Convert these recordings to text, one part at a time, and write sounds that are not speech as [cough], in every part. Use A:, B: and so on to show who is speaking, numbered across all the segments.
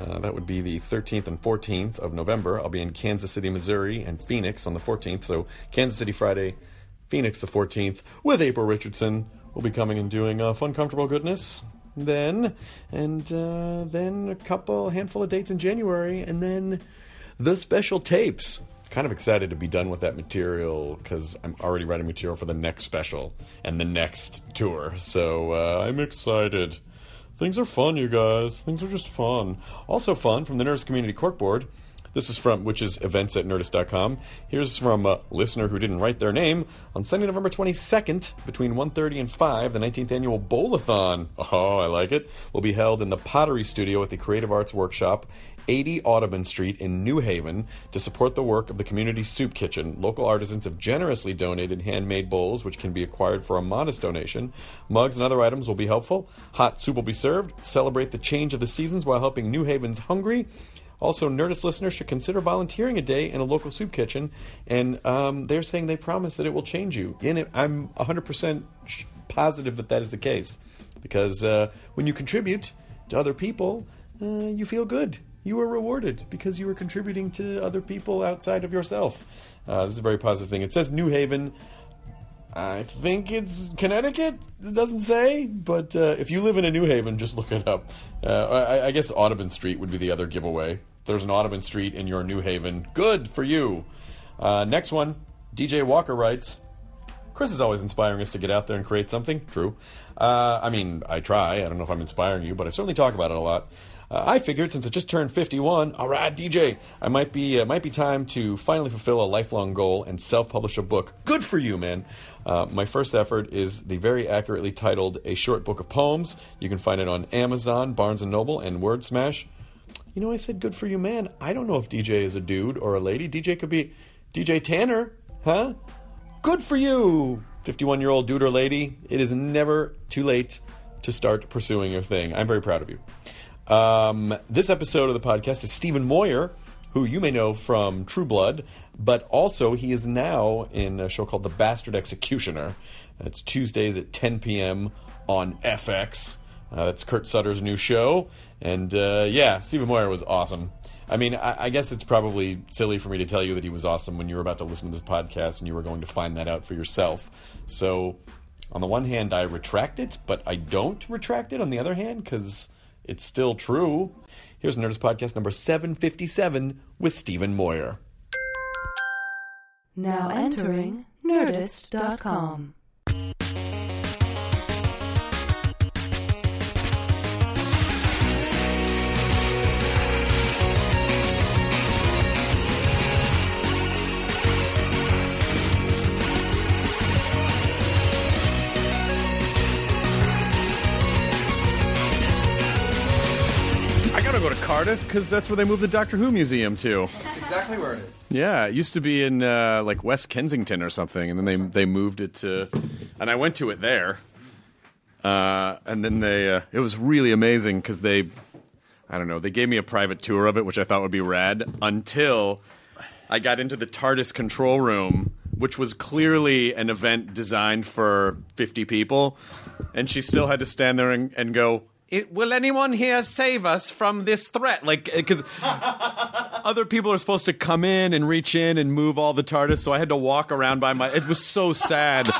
A: Uh, that would be the 13th and 14th of November. I'll be in Kansas City, Missouri, and Phoenix on the 14th. So, Kansas City Friday, Phoenix the 14th, with April Richardson. We'll be coming and doing uh, Fun Comfortable Goodness then, and uh, then a couple handful of dates in January, and then the special tapes. Kind of excited to be done with that material because I'm already writing material for the next special and the next tour. So uh, I'm excited. Things are fun, you guys. Things are just fun. Also fun from the Nerdist Community Corkboard. This is from, which is events at nerdist.com. Here's from a listener who didn't write their name. On Sunday, November 22nd, between 1.30 and 5, the 19th annual Bowl-a-thon, oh, I like it, will be held in the Pottery Studio at the Creative Arts Workshop, 80 Audubon Street in New Haven, to support the work of the community soup kitchen. Local artisans have generously donated handmade bowls, which can be acquired for a modest donation. Mugs and other items will be helpful. Hot soup will be served. Celebrate the change of the seasons while helping New Haven's hungry. Also, Nerdist listeners should consider volunteering a day in a local soup kitchen, and um, they're saying they promise that it will change you. And it, I'm 100% sh- positive that that is the case, because uh, when you contribute to other people, uh, you feel good. You are rewarded because you are contributing to other people outside of yourself. Uh, this is a very positive thing. It says New Haven. I think it's Connecticut. It doesn't say, but uh, if you live in a New Haven, just look it up. Uh, I, I guess Audubon Street would be the other giveaway. There's an Audubon Street in your New Haven. Good for you. Uh, next one, DJ Walker writes. Chris is always inspiring us to get out there and create something. True. Uh, I mean, I try. I don't know if I'm inspiring you, but I certainly talk about it a lot. Uh, I figured since I just turned 51, all right, DJ, I might be uh, might be time to finally fulfill a lifelong goal and self-publish a book. Good for you, man. Uh, my first effort is the very accurately titled "A Short Book of Poems." You can find it on Amazon, Barnes and Noble, and WordSmash. You know, I said good for you, man. I don't know if DJ is a dude or a lady. DJ could be DJ Tanner, huh? Good for you, 51 year old dude or lady. It is never too late to start pursuing your thing. I'm very proud of you. Um, this episode of the podcast is Stephen Moyer, who you may know from True Blood, but also he is now in a show called The Bastard Executioner. It's Tuesdays at 10 p.m. on FX. Uh, that's Kurt Sutter's new show. And uh, yeah, Stephen Moyer was awesome. I mean, I, I guess it's probably silly for me to tell you that he was awesome when you were about to listen to this podcast and you were going to find that out for yourself. So, on the one hand, I retract it, but I don't retract it on the other hand because it's still true. Here's Nerdist Podcast number 757 with Stephen Moyer.
B: Now entering Nerdist.com.
C: I gotta go to Cardiff because that's where they moved the Doctor Who museum to.
D: That's exactly where it is.
C: Yeah, it used to be in uh, like West Kensington or something, and then they they moved it to, and I went to it there. Uh, and then they, uh, it was really amazing because they, I don't know, they gave me a private tour of it, which I thought would be rad. Until I got into the TARDIS control room, which was clearly an event designed for 50 people, and she still had to stand there and, and go,
A: it, will anyone here save us from this threat? Like, because [laughs] other people are supposed to come in and reach in and move all the TARDIS, so I had to walk around by my. It was so sad.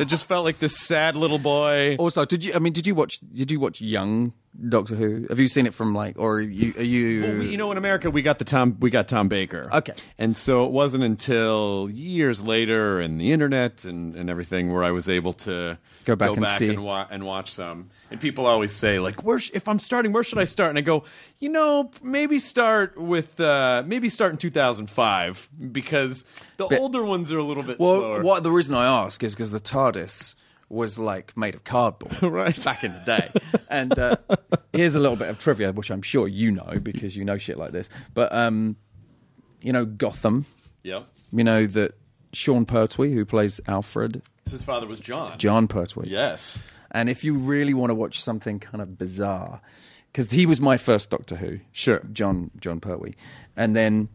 A: it just felt like this sad little boy.
E: Also, did you? I mean, did you watch? Did you watch Young Doctor Who? Have you seen it from like, or are you? Are you?
A: Well, we, you know, in America, we got the Tom, we got Tom Baker.
E: Okay.
A: and so it wasn't until years later, and the internet and, and everything, where I was able to
E: Go back and see.
A: and, wa- and watch some. And people always say, like, where sh- if I'm starting, where should I start? And I go, you know, maybe start with uh, maybe start in 2005 because the older ones are a little bit
E: well,
A: slower.
E: what the reason I ask is because the TARDIS was like made of
A: [laughs]
E: cardboard
A: Right.
E: back in the day. And uh, here's a little bit of trivia, which I'm sure you know because you know shit like this. But um, you know Gotham.
A: Yep.
E: You know that Sean Pertwee, who plays Alfred,
A: His father was John.
E: John Pertwee.
A: Yes.
E: And if you really want to watch something kind of bizarre, because he was my first Doctor Who,
A: Sure.
E: John John Pertwee, and then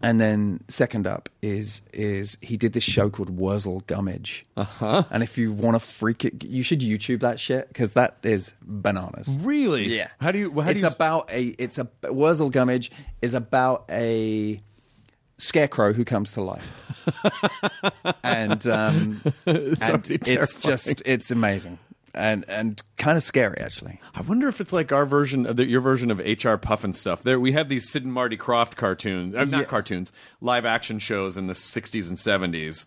E: and then second up is is he did this show called Wurzel Gummidge. Uh huh. And if you want to freak it, you should YouTube that shit because that is bananas.
A: Really?
E: Yeah.
A: How do you? How
E: it's
A: do you,
E: about a. It's a Wurzel Gummidge is about a scarecrow who comes to life, [laughs] and um, and
A: already
E: it's just it's amazing and and kind of scary actually.
A: I wonder if it's like our version, of the, your version of HR Puff and stuff. There, we had these Sid and Marty Croft cartoons, uh, not cartoons, live action shows in the '60s and '70s,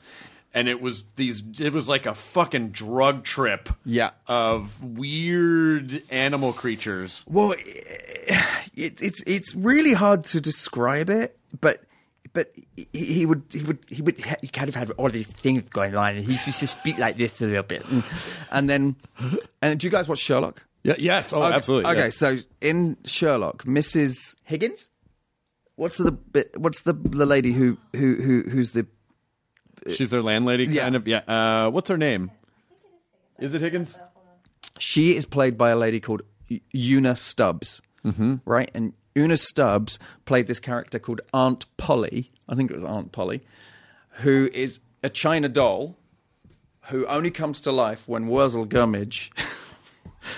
A: and it was these. It was like a fucking drug trip,
E: Yeah.
A: of weird animal creatures.
E: Well, it's it's it's really hard to describe it, but. But he, he would, he would, he would he kind of have all these things going on, and he used to speak like this a little bit, and, and then, and do you guys watch Sherlock?
A: Yeah, yes, oh,
E: okay, Okay, so in Sherlock, Mrs. Higgins, what's the bit- what's the the lady who who who who's the
A: she's their landlady,
E: Yeah.
A: kind of. Yeah, uh, what's her name? Is it Higgins?
E: she is played by a lady called E- Una Stubbs, mm-hmm. right? And Una Stubbs played this character called Aunt Polly. I think it was Aunt Polly, who is a China doll who only comes to life when Wurzel Gummidge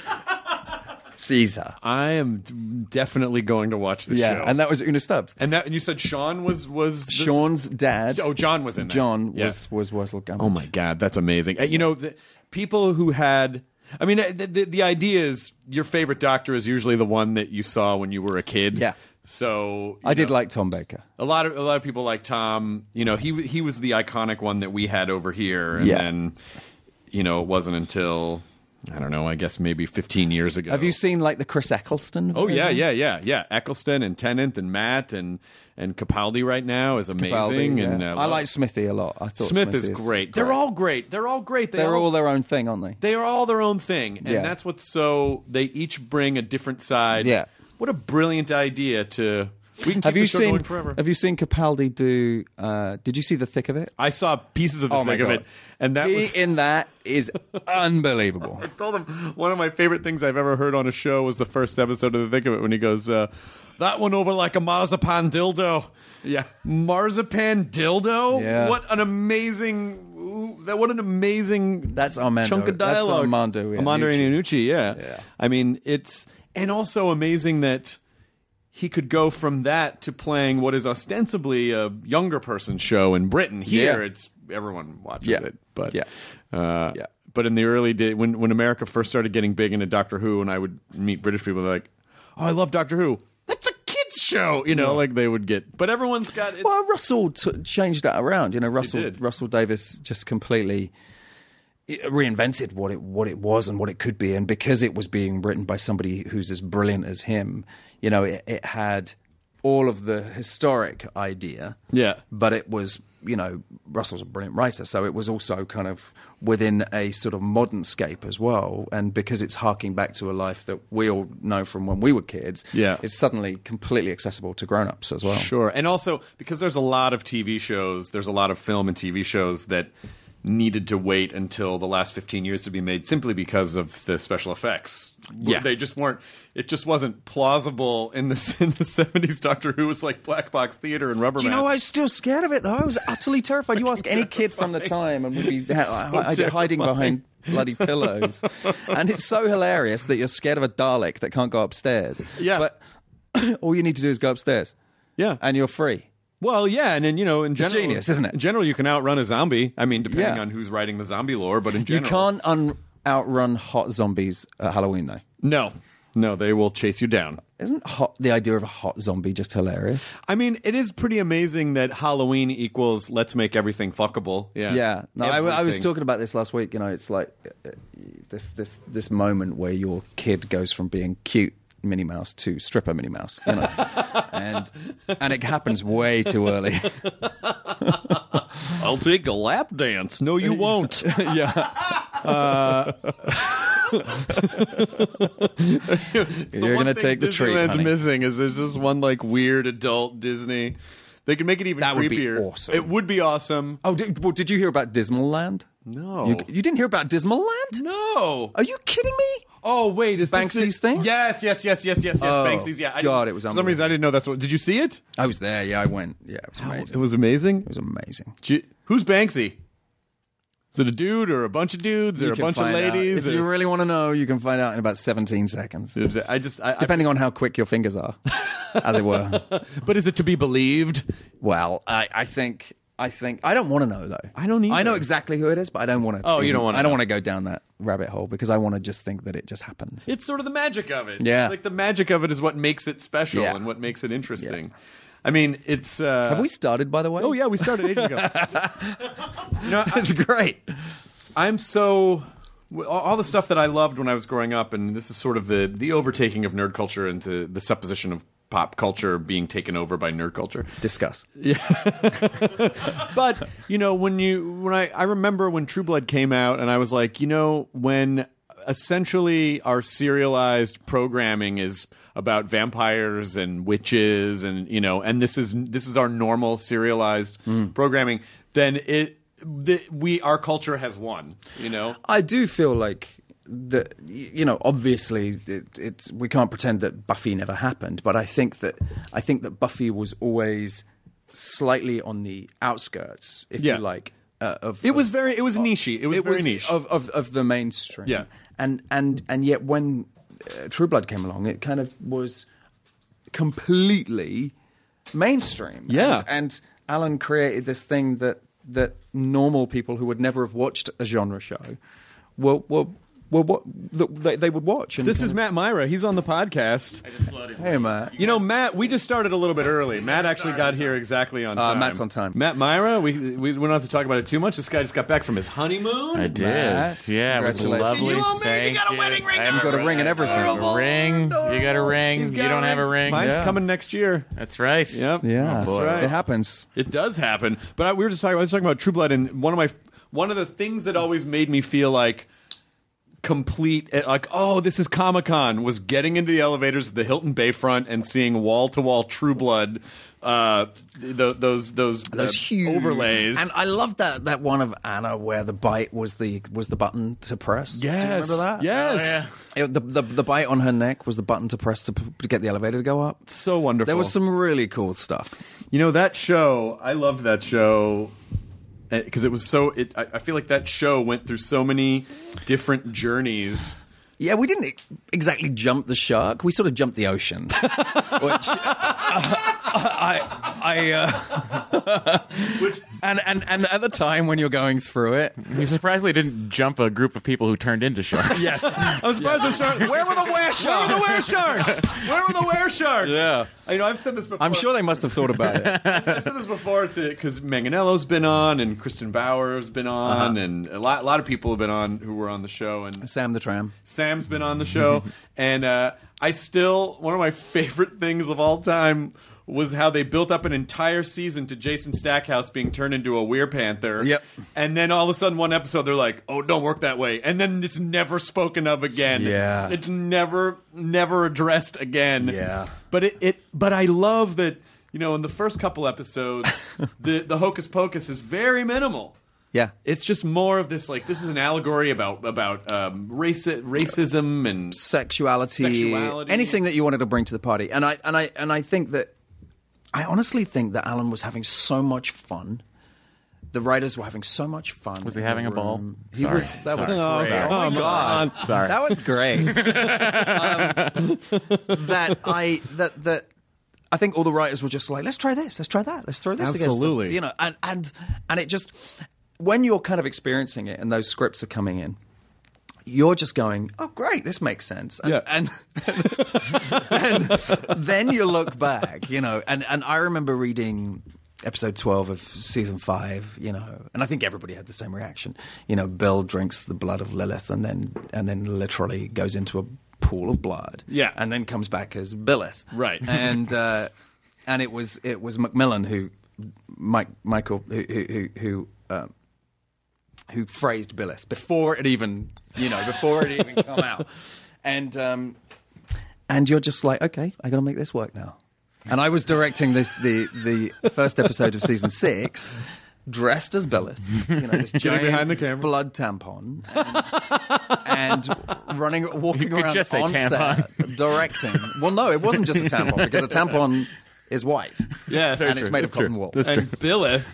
E: [laughs] sees her.
A: I am d- definitely going to watch this show.
E: and that was Una Stubbs.
A: and that, and you said Sean was was this-
E: Sean's dad.
A: Oh, John was in that.
E: John
A: Yeah.
E: was was Wurzel Gummidge.
A: Oh my god, that's amazing. Uh, You know, the, people who had I mean, uh, the, the the idea is your favorite doctor is usually the one that you saw when you were a kid.
E: Yeah.
A: So you
E: I did
A: know,
E: like Tom Baker.
A: a lot of a lot of people like Tom. You know, he w- he was the iconic one that we had over here, and
E: Yeah.
A: then you know it wasn't until I don't know, I guess maybe 15 years ago.
E: Have you seen like the Chris Eccleston?
A: Oh yeah,
E: version?
A: yeah, yeah, yeah. Eccleston and Tennant and Matt and and Capaldi right now is amazing.
E: Baldy,
A: and
E: yeah.
A: uh,
E: I like Smithy a lot. I thought
A: Smith is great. They're all great. They're all great. They
E: They're all their own thing, aren't they?
A: they are all their own thing and
E: Yeah.
A: that's what's so they each bring a different side
E: Yeah.
A: what a brilliant idea to we can keep
E: Have you
A: the show
E: seen
A: going forever
E: Have you seen Capaldi do? Uh, did you see the thick of it? Oh
A: i saw pieces of the
E: my
A: thing of
E: God.
A: it and that
E: he
A: [laughs] was
E: in that
A: [laughs]
E: is unbelievable.
A: I told him one of my favorite things I've ever heard on a show was the first episode of The Thick of It when he goes, uh, "That one over like a marzipan dildo."
E: Yeah.
A: marzipan dildo.
E: Yeah.
A: What an amazing that! What an amazing
E: That's Armando-
A: chunk of
E: that's
A: dialogue.
E: Armando
A: Armando Iannucci. Yeah.
E: Yeah.
A: I mean, it's and also amazing that. He could go from that to playing what is ostensibly a younger person show in Britain. Here,
E: Yeah.
A: it's everyone watches
E: Yeah.
A: it, but
E: Yeah.
A: uh,
E: Yeah.
A: But in the early day, when when America first started getting big into Doctor Who, and I would meet British people they're like, "Oh, I love Doctor Who. That's a kids show," you know, like they would get. But everyone's got it.
E: Well, Russell t- changed that around. You know, Russell
A: did.
E: Russell Davis just completely reinvented what it what it was and what it could be, and because it was being written by somebody who's as brilliant as him, you know, it, it had all of the historic idea.
A: Yeah.
E: but it was you know Russell's a brilliant writer, so it was also kind of within a sort of modern scape as well, and because it's harking back to a life that we all know from when we were kids,
A: Yeah.
E: it's suddenly completely accessible to grown ups as well.
A: Sure. And also because there's a lot of TV shows, there's a lot of film and TV shows that needed to wait until the last 15 years to be made simply because of the special effects.
E: Yeah.
A: They just weren't it just wasn't plausible in the [laughs] in the 70s Doctor Who was like black box theater and rubber
E: Do you know, I was
A: [laughs]
E: still scared of it though. I was utterly terrified. You ask any kid from the time, and we'd be ha- hi-
A: terrifying.
E: hiding behind
A: [laughs]
E: bloody pillows. and it's so hilarious that you're scared of a Dalek that can't go upstairs.
A: Yeah.
E: But [coughs] all you need to do is go upstairs
A: Yeah.
E: and you're free.
A: well, yeah, and then you know, in general,
E: genius, isn't it?
A: In general, you can outrun a zombie. I mean, depending
E: Yeah.
A: on who's writing the zombie lore, but in
E: You
A: general,
E: can't un- outrun hot zombies at Halloween, though.
A: No, no, they will chase you down.
E: Isn't hot the idea of a hot zombie just hilarious?
A: I mean, it is pretty amazing that Halloween equals let's make everything fuckable. Yeah,
E: Yeah, no, I, I was
A: Everything.
E: talking about this last week. You know, it's like uh, uh, this this this moment where your kid goes from being cute Minnie Mouse to stripper Minnie Mouse, you know,
A: [laughs]
E: and and it happens way too early.
A: I'll take a lap dance. No,
E: [laughs]
A: you won't. [laughs] yeah.
E: You're gonna take the treat,
A: That's
E: honey.
A: missing is there's this one like weird adult Disney. They could make it even
E: That would be
A: creepier.
E: awesome.
A: It would be awesome.
E: Oh, did, well, did you hear about Dismal Land?
A: No.
E: you, you didn't hear about Dismal Land?
A: no.
E: Are you kidding me?
A: Oh wait, is
E: Banksy's
A: this the-
E: thing? Oh,
A: Yes, yes, yes, yes, yes, yes. Banksy's. Yeah. I
E: God,
A: didn't-
E: it was
A: For some reason, I didn't know that's what. Did you see it?
E: I was there. Yeah, I went. Yeah, it was amazing.
A: It was amazing.
E: It was amazing.
A: J- Who's Banksy? Is it a dude or a bunch of dudes or
E: You
A: a
E: can
A: bunch of
E: find out.
A: ladies?
E: If
A: or-
E: you really want to know, you can find out in about 17 seconds,
A: I just I, I-
E: depending on how quick your fingers are, as it were.
A: but is it to be believed?
E: Well, I, I think I think I don't want to know though.
A: I don't
E: I know
A: either.
E: exactly who it is, but I don't want to.
A: Oh, you don't wanna
E: I don't
A: know.
E: want to go down that rabbit hole because I want to just think that it just happens.
A: It's sort of the magic of it.
E: Yeah.
A: like the magic of it is what makes it special
E: Yeah.
A: and what makes it interesting. I mean, it's uh,
E: Have we started, by the way?
A: Oh yeah, we started ages ago. you know, I,
E: [laughs] it's great.
A: [laughs] I'm so all- all the stuff that I loved when I was growing up, and this is sort of the the overtaking of nerd culture into the supposition of pop culture being taken over by nerd culture.
E: Discuss.
A: but you know when you when I, I remember when true blood came out and i was like you know when essentially our serialized programming is about vampires and witches and you know and this is this is our normal serialized
E: Hmm.
A: programming then it the, we our culture has won you know
E: I do feel like that. y- You know, obviously, it, it's we can't pretend that Buffy never happened, but I think that I think that Buffy was always slightly on the outskirts, if
A: Yeah.
E: you like. Uh, of
A: it
E: of-
A: was very it was nichey it was very niche
E: of, of of the mainstream.
A: Yeah.
E: and and and yet when uh, True Blood came along, it kind of was completely mainstream.
A: Yeah.
E: and, and Alan created this thing that that normal people who would never have watched a genre show were were were what that they, they would watch. And
A: this is matt myra he's on the podcast
E: hey Matt.
A: You know, Matt, we just started a little bit early. Matt actually got here exactly on
E: Uh,
A: time.
E: Matt's on time.
A: Matt Myra, we, we, we don't have to talk about it too much. This guy just got back from his honeymoon.
F: I did.
E: Matt,
F: yeah, it was
E: congratulations.
F: lovely.
E: You
A: owe me. You
F: Thank
A: got a wedding ring.
F: I haven't
E: You got a ring and everything.
F: A ring. You got a ring.
A: He's
F: You
A: got
F: don't have a ring.
A: Mine's
F: Yeah.
A: coming next year.
F: That's right.
A: Yep.
E: Yeah,
F: Oh, boy. That's right.
E: It happens.
A: It does happen. But I, we were just talking. I was talking about True Blood, and one of my one of the things that always made me feel like complete, eh, like oh, this is Comic Con, was getting into the elevators at the Hilton Bayfront and seeing wall to wall True Blood. Uh, th- those those
E: Those
A: uh,
E: huge
A: overlays.
E: and I love that that one of Anna where the bite was the was the button to press. Do you
A: yes.
E: remember that? Oh,
A: Yes.
E: It, the, the the bite on her neck was the button to press to, p- to get the elevator to go up.
A: So wonderful.
E: There was some really cool stuff.
A: You know that show. I loved that show because it was so. It, I, I feel like that show went through so many different journeys.
E: Yeah, we didn't e- exactly jump the shark. We sort of jumped the ocean, [laughs] which uh, I I. Uh,
A: Which
E: and, and and at the time when you're going through it,
F: You surprisingly didn't jump a group of people who turned into sharks.
E: [laughs] yes,
A: I was surprised. those sharks- Where were the where sharks? Where were the where sharks? Where were the where sharks?
F: Yeah.
A: You know, I've said this before.
E: I'm sure they must have thought about it.
A: I've said this before because Manganello's been on and Kristen Bauer's been
E: Uh-huh.
A: on and a lot, a lot of people have been on who were on the show and
E: Sam the tram.
A: Sam's been on the
E: [laughs]
A: show, and uh, I still one of my favorite things of all time was how they built up an entire season to Jason Stackhouse being turned into a Weir Panther.
E: Yep.
A: And then all of a sudden, one episode they're like, "Oh, don't work that way," and then it's never spoken of again.
E: Yeah.
A: It's never never addressed again.
E: Yeah.
A: But it, it but I love that you know in the first couple
E: [laughs]
A: episodes the the hocus pocus is very minimal
E: Yeah,
A: it's just more of this like this is an allegory about about um, race racism and
E: sexuality,
A: Sexuality.
E: anything that you wanted to bring to the party. And I and I and I think that I honestly think that Alan was having so much fun The writers were having so much fun.
F: Was he
E: in the
F: having a ball?
E: room. He
F: Sorry.
E: was. That was
F: Sorry.
E: great.
F: Oh,
E: Oh, my god.
F: Sorry.
E: That was great.
F: [laughs]
E: um, that I that that I think all the writers were just like, let's try this, let's try that, let's throw this. against them,"
A: Absolutely.
E: you know, and and and it just when you're kind of experiencing it and those scripts are coming in, you're just going, oh great, this makes sense, and
A: Yeah.
E: and, and then you look back, you know, and and I remember reading. Episode 12 of season 5, you know, and I think everybody had the same reaction. You know, Bill drinks the blood of Lilith and then and then literally goes into a pool of blood.
A: Yeah.
E: And then comes back as Billith.
A: Right.
E: And uh, and it was it was Macmillan who Mike Michael who who who, who, um, who phrased Billith before it even you know before it even come out, and um, and you're just like okay I got to make this work now, and I was directing this the the first episode of season six. Dressed as Billith, you
F: [laughs]
E: know, this giant
A: behind the camera.
E: blood tampon, and, and running, walking
F: could
E: around
F: just say
E: on set,
F: tampon.
E: directing. Well, no, it wasn't just a tampon because
F: [laughs]
E: a tampon is white,
A: Yes.
E: and it's made of cotton
F: true.
E: wool.
F: That's
A: and Billith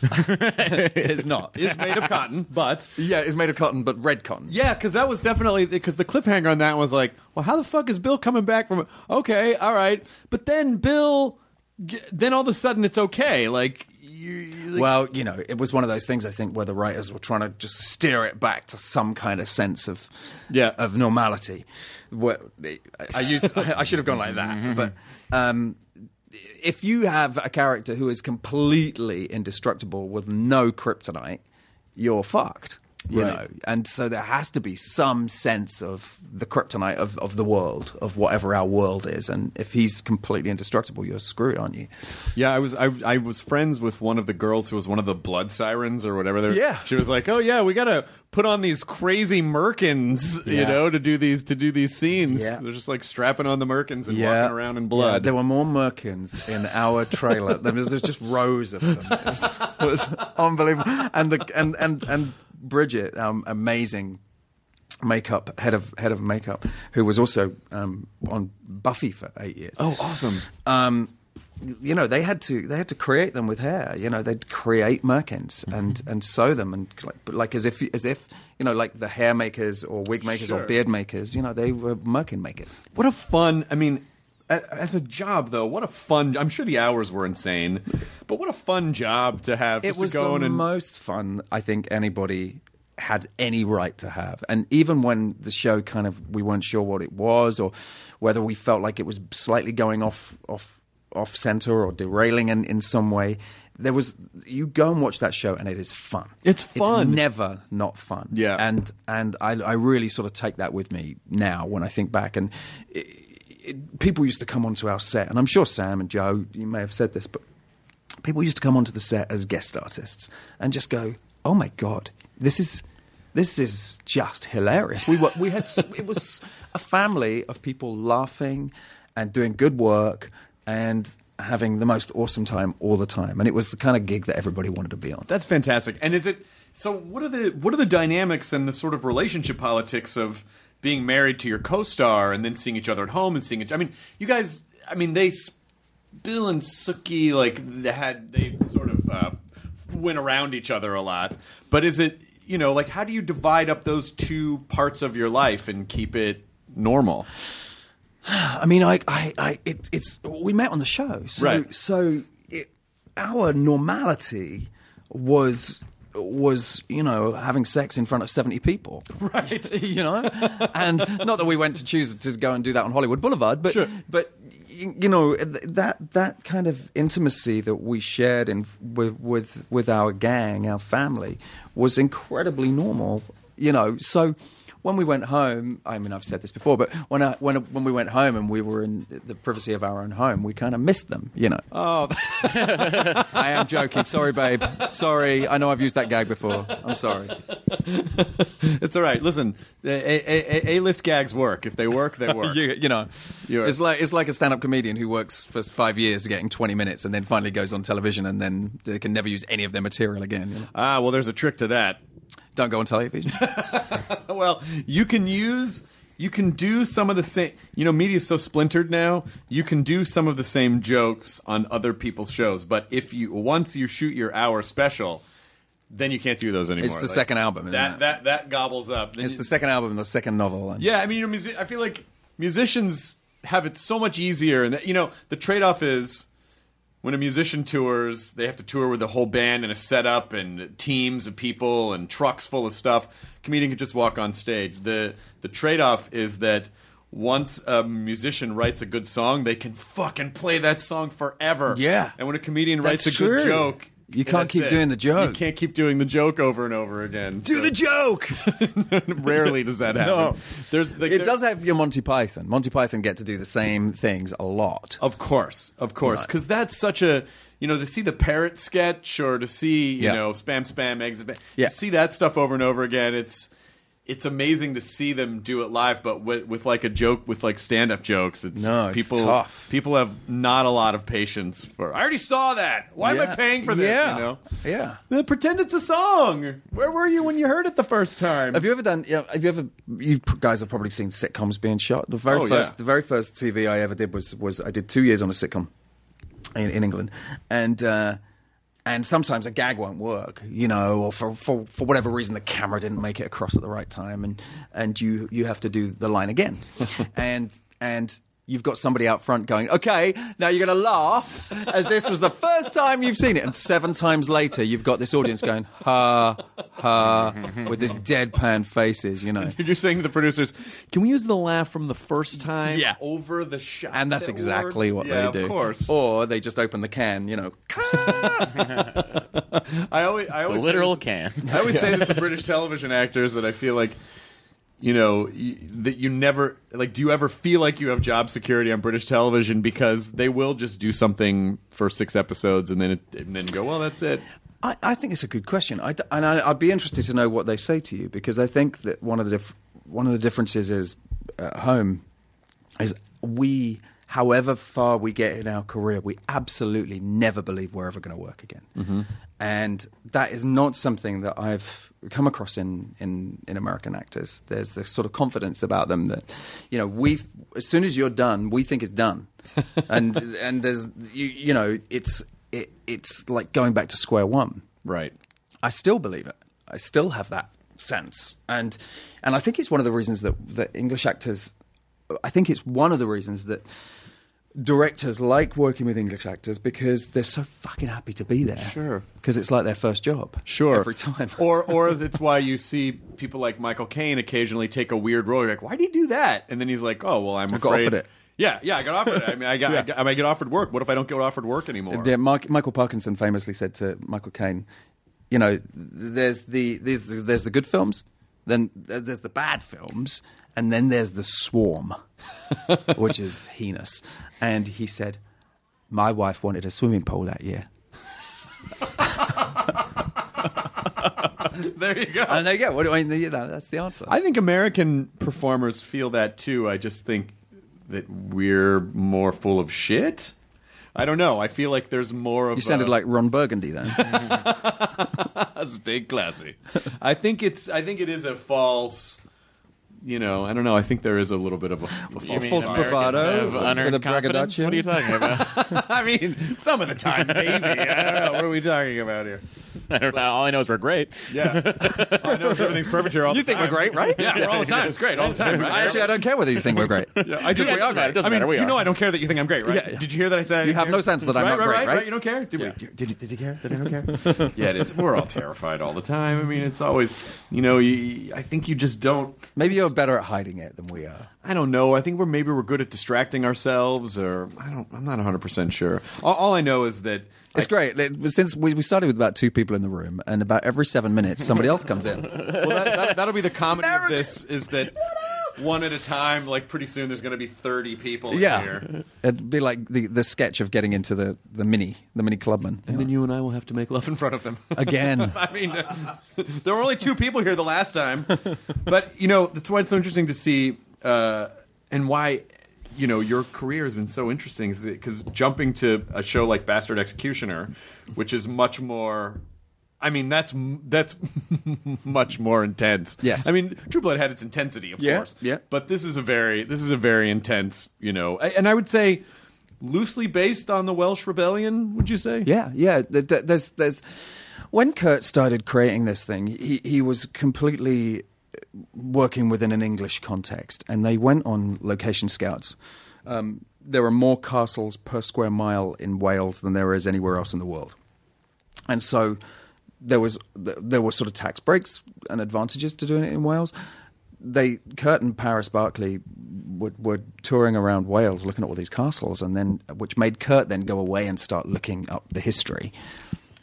A: [laughs]
E: It's not.
A: is made of cotton, but
E: Yeah, it's made of cotton, but red cotton.
A: Yeah, because that was definitely because the cliffhanger on that was like, well, how the fuck is Bill coming back from? Okay, all right, but then Bill, g- then all of a sudden it's okay. Like, you, you- like-
E: Well, you know, it was one of those things I think where the writers were trying to just steer it back to some kind of sense of
A: Yeah.
E: of normality. Where, I, I use I, I should have gone like that, but um, if you have a character who is completely indestructible with no kryptonite, you're fucked. You
A: Right.
E: know, and so there has to be some sense of the kryptonite of, of the world, of whatever our world is. And if he's completely indestructible, you're screwed, aren't you?
A: yeah, I was I, I was friends with one of the girls who was one of the blood sirens or whatever. They-
E: Yeah.
A: she was like, oh yeah, we gotta put on these crazy merkins, you
E: Yeah.
A: know, to do these to do these scenes.
E: Yeah.
A: They're just like strapping on the merkins and walking around in
E: Yeah,
A: blood.
E: there were more merkins in our trailer. there was, there's just rows of them. It was, it was unbelievable. And the and and and Bridget, um, amazing makeup head of head of makeup, who was also um, on Buffy for eight years.
A: oh, awesome!
E: Um, you know they had to they had to create them with hair. You know they'd create merkins
A: Mm-hmm.
E: and and sew them and like, but like as if as if you know like the hair makers or wig makers or
A: Sure.
E: beard makers. You know they were merkin makers.
A: What a fun! I mean, a- as a job though, what a fun! I'm sure the hours were insane, but what a fun job to have. Just
E: it was
A: to go
E: the
A: in and
E: most fun I think anybody had any right to have. And even when the show kind of we weren't sure what it was or whether we felt like it was slightly going off off off center or derailing in, in some way, there was you go and watch that show and it is fun.
A: It's fun.
E: never not fun.
A: Yeah.
E: And and I I really sort of take that with me now when I think back and it, it, people used to come onto our set and I'm sure Sam and Joe you may have said this but people used to come onto the set as guest artists and just go, "Oh my god, this is this is just hilarious." We were we had it was a family of people laughing and doing good work and having the most awesome time all the time, and it was the kind of gig that everybody wanted to be on.
A: That's fantastic. And is it so? What are the what are the dynamics and the sort of relationship politics of being married to your co-star and then seeing each other at home and seeing each? I mean, you guys. I mean, they s- Bill and Suki like they had they sort of uh, went around each other a lot. But is it you know like how do you divide up those two parts of your life and keep it normal?
E: I mean, I, I, I it, it's we met on the show, so
A: Right.
E: so it, our normality was was you know having sex in front of 70 people right [laughs] you know and not that we went to choose to go and do that on hollywood boulevard but
A: Sure.
E: but y- you know th- that that kind of intimacy that we shared in with with with our gang our family was incredibly normal you know so when we went home i mean i've said this before but when I, when when we went home and we were in the privacy of our own home we kind of missed them you know
A: Oh,
E: [laughs] i am joking sorry babe sorry i know i've used that gag before i'm sorry
A: it's all right. Listen, a list gags work. If they work,
E: [laughs]
A: they work.
E: you, you know
A: You're-
E: it's like it's like a stand-up comedian who works for 5 years getting 20 minutes and then finally goes on television and then they can never use any of their material again you know?
A: ah, well, there's a trick to that.
E: Don't go on television.
A: [laughs] well, you can use you can do some of the same you know media is so splintered now you can do some of the same jokes on other people's shows but if you once you shoot your hour special then you can't do those anymore.
E: It's the second album, isn't
A: that,
E: it?
A: that that gobbles up. Then
E: [laughs] It's
A: you-
E: the second album, the second novel. And
A: Yeah, I mean, you're music- I feel like musicians have it so much easier, and that, you know, the trade-off is when a musician tours, they have to tour with the whole band and a setup and teams of people and trucks full of stuff. Comedian can just walk on stage. the The trade-off is that once a musician writes a good song, they can fucking play that song forever.
E: Yeah.
A: and when a comedian
E: That's
A: writes a
E: true.
A: good joke.
E: You can't
A: that's
E: keep
A: it.
E: doing the joke.
A: You can't keep doing the joke over and over again.
E: Do
A: So-
E: the [laughs] joke.
A: [laughs] Rarely does that happen.
E: No.
A: There's like,
E: it
A: there-
E: does have your Monty Python. Monty Python get to do the same things a lot.
A: Of course, of course,
E: Right.
A: because that's such a you know to see the parrot sketch or to see you
E: Yeah.
A: know spam spam exit ba-
E: Yeah.
A: to see that stuff over and over again. It's it's amazing to see them do it live, but with, with like a joke with like stand up jokes, it's
E: No, it's
A: people
E: tough.
A: people have not a lot of patience for. I already saw that. Why am I
E: Yeah.
A: paying for this?
E: Yeah.
A: You know.
E: Yeah.
A: Then Pretend it's a song. Where were you when you heard it the first time?
E: Have you ever done? Yeah, have you ever? You p- guys have probably seen sitcoms being shot. The very
A: Oh,
E: first,
A: yeah.
E: the very first TV I ever did was was I did two years on a sitcom in, in England, and uh, and sometimes a gag won't work, you know, or for, for for whatever reason the camera didn't make it across at the right time, and and you you have to do the
A: [laughs]
E: line again, and and. You've got somebody out front going, okay, now you're going to laugh as this was the first time you've seen it. And seven times later, you've got this audience going, ha, ha, Mm-hmm. with this deadpan faces, you know.
A: [laughs] You're saying to the producers, "Can we use the laugh from the first time
E: Yeah.
A: over the shot?"
E: And that's
A: that
E: exactly
A: worked?"
E: what
A: yeah,
E: they do. Oh.
A: Of course.
E: Or they just open the can,
A: [laughs]
E: you know.
A: I always, I
F: The
A: always say
F: literal
A: this-
E: [laughs]
F: can. [laughs]
A: I always say this to British television actors that I feel like, you know, you, that you never like. Do you ever feel like you have job security on British television because they will just do something for six episodes and then it, and then go, well, that's it.
E: I, I think it's a good question. I, and I, I'd be interested to know what they say to you because I think that one of the dif- one of the differences is at home is we, however far we get in our career, we absolutely never believe we're ever going to work again, and that is not something that I've come across in, in in American actors. There's this sort of confidence about them that, you know, we as soon as you're done, we think it's done, and and there's you, you know it's it, it's like going back to square one.
A: Right.
E: I still believe it. I still have that sense, and and I think it's one of the reasons that that English actors. I think it's one of the reasons that directors like working with English actors because they're so fucking happy to be there.
A: Sure.
E: because it's like their first job.
A: Sure.
E: every time. [laughs]
A: or or it's why you see people like Michael Caine occasionally take a weird role. You're like, why do you do that? And then he's like, oh well, I'm
E: I got
A: afraid-
E: offered it.
A: Yeah, yeah, I got offered it. I mean, I got, I, got- I mean, I get offered work. What if I don't get offered work anymore?
E: Yeah, Mike, Michael Parkinson famously said to Michael Caine, "You know, th- there's the there's the, there's the good films, then th- there's the bad films, and then there's the swarm, [laughs] which is heinous." And he said, "My wife wanted a swimming pool that year."
A: [laughs] There you go.
E: And Oh, there you go. What do I mean? you know, That's the answer.
A: I think American performers feel that too. I just think that we're more full of shit. I don't know. I feel like there's more of
E: you sounded
A: a-
E: like Ron Burgundy then.
A: [laughs] stay [laughs] classy. I think it's I think it is a false you know, I don't know. I think there is a little bit of a, a false,
E: mean Americans bravado?
F: Of unearned
E: With a
F: confidence?
E: braggadocio?
F: What are you talking
E: [laughs]
F: about?
A: I mean, some of the time, [laughs] maybe. I don't know. What are we talking about here?
F: I don't know. All I know is we're great.
A: Yeah, [laughs] I know everything's perfect here. All
E: [laughs] you
A: the
E: think
A: time.
E: we're great, right?
A: Yeah, we're all the time. It's great all the time. Right?
E: I actually, I don't care whether you think we're [laughs] great.
A: Yeah, I just
F: Yeah,
A: we are
F: it doesn't matter, it
A: great.
F: doesn't
A: I mean,
F: matter, we
A: you know,
F: are.
A: I don't care that you think I'm great, right?
E: Yeah, yeah.
A: Did you hear that I said I
E: You
A: didn't
E: have
A: care?
E: no sense that I'm
A: right,
E: not
A: right,
E: great,
A: right,
E: right?
A: You don't care. Did we? Did, did, you care? Did I not
E: [laughs]
A: care? yeah, it is. We're all terrified all the time. I mean, it's always, you know, you, I think you just don't.
E: Maybe you're better at hiding it than we are.
A: I don't know. I think we're maybe we're good at distracting ourselves, or I don't. I'm not 100 percent sure. All, all I know is that
E: It's great. Like, Since we we started with about two people in the room, and about every seven minutes, somebody else comes in.
A: well, that, that, that'll be the comedy of this is that one at a time. Like pretty soon, there's going to be 30 people in here.
E: Yeah, it'd be like the, the sketch of getting into the, the mini the mini clubman
A: And then you and I will have to make love in front of them. [laughs]
E: again.
A: I mean, uh, there were only two people here the last time, but you know that's why it's so interesting to see, uh, and why you know your career has been so interesting is because jumping to a show like Bastard Executioner, which is much more. I mean that's m- that's [laughs] much more intense.
E: Yes.
A: I mean True Blood had its intensity, of
E: Yeah,
A: course.
E: yeah.
A: But this is a very this is a very intense, you know, a- and I would say loosely based on the Welsh Rebellion. Would you say?
E: Yeah, yeah. th- th- There's there's when Kurt started creating this thing, he, he was completely working within an English context, and they went on location scouts. Um, there are more castles per square mile in Wales than there is anywhere else in the world, and so there was th- there were sort of tax breaks and advantages to doing it in Wales. They Kurt and Paris Barclay were, were touring around Wales, looking at all these castles, and then which made Kurt then go away and start looking up the history.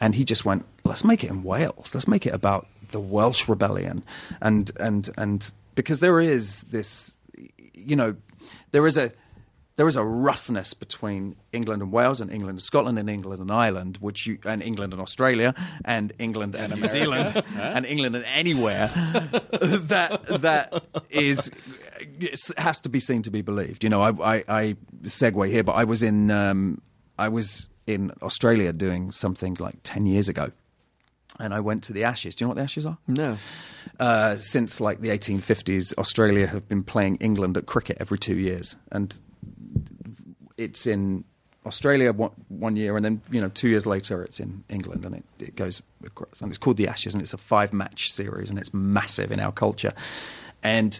E: And he just went, let's make it in Wales. Let's make it about the Welsh Rebellion, and and and because there is this, you know, there is a there is a roughness between England and Wales and England and Scotland and England and Ireland, which you and England and Australia and England and New Zealand [laughs] and England and anywhere [laughs] that that is has to be seen to be believed. You know, I I, I segue here, but I was in um, I was in Australia doing something like ten years ago, and I went to the Ashes. Do you know what the Ashes are?
G: No.
E: Uh, since like the 1850s, Australia have been playing England at cricket every two years, and it's in Australia one, one year, and then you know two years later it's in England, and it, it goes across. And it's called the Ashes, and it's a five-match series, and it's massive in our culture. And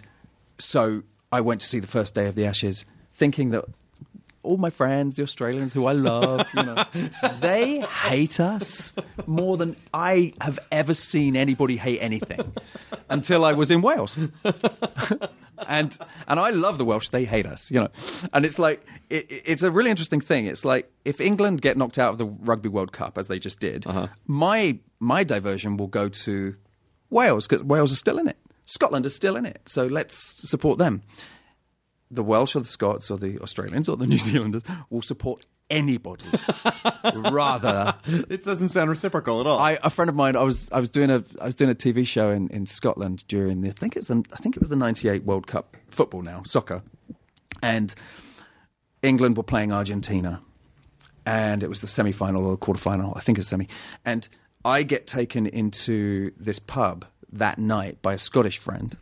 E: so I went to see the first day of the Ashes, thinking that all my friends, the Australians who I love, you know, they hate us more than I have ever seen anybody hate anything until I was in Wales. [laughs] and and I love the Welsh, they hate us, you know. And it's like it, it's a really interesting thing. It's like if England get knocked out of the Rugby World Cup as they just did, my my diversion will go to Wales because Wales are still in it. Scotland is still in it. So let's support them the Welsh or the Scots or the Australians or the [laughs] New Zealanders will support anybody rather
A: It doesn't sound reciprocal at all.
E: I, a friend of mine, I was I was doing a I was doing a TV show in, in Scotland during the I think it was the, I think it was the '98 World Cup football now soccer, and England were playing Argentina, and it was the semi final or the quarter final I think it's semi, and I get taken into this pub that night by a Scottish friend,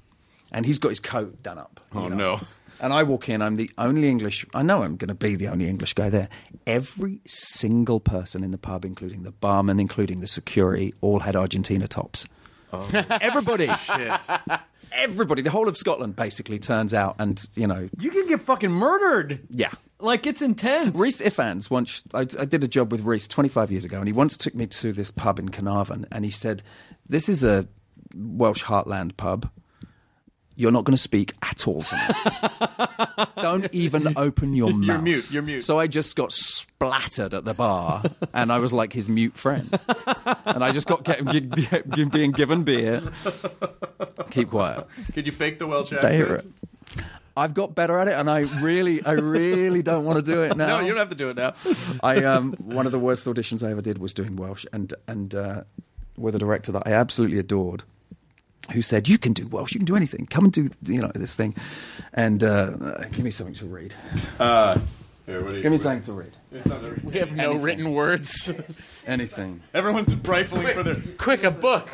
E: and he's got his coat done up. you
A: Oh,
E: know.
A: no.
E: And I walk in, I'm the only English, I know I'm going to be the only English guy there. Every single person in the pub, including the barman, including the security, all had Argentina tops.
A: Oh. [laughs]
E: Everybody. Everybody. The whole of Scotland basically turns out and, you know,
G: You can get fucking murdered.
E: yeah.
G: Like it's intense.
E: Reese Ifans once, I, I did a job with Reese 25 years ago, and he once took me to this pub in Carnarvon, and he said, This is a Welsh heartland pub. You're not going to speak at all tonight.
A: [laughs]
E: Don't even open your mouth. You're
A: mute, you're mute.
E: So I just got splattered at the bar, and I was like his mute friend. and I just got kept gi- gi- being given beer. Keep quiet.
A: Could you fake the Welsh accent?
E: They hear it. I've got better at it, and I really, I really don't want to do it
A: [laughs] No,
E: now.
A: you don't have to do it now.
E: [laughs] I um, one of the worst auditions I ever did was doing Welsh, and and uh, with a director that I absolutely adored, who said, "You can do Welsh, you can do anything. Come and do you know this thing," and uh, give me something to read.
A: Uh, here, what do you,
E: Give me something to read.
F: We have no written words.
E: Anything.
A: Everyone's rifling for their.
F: [laughs] Quick, a book.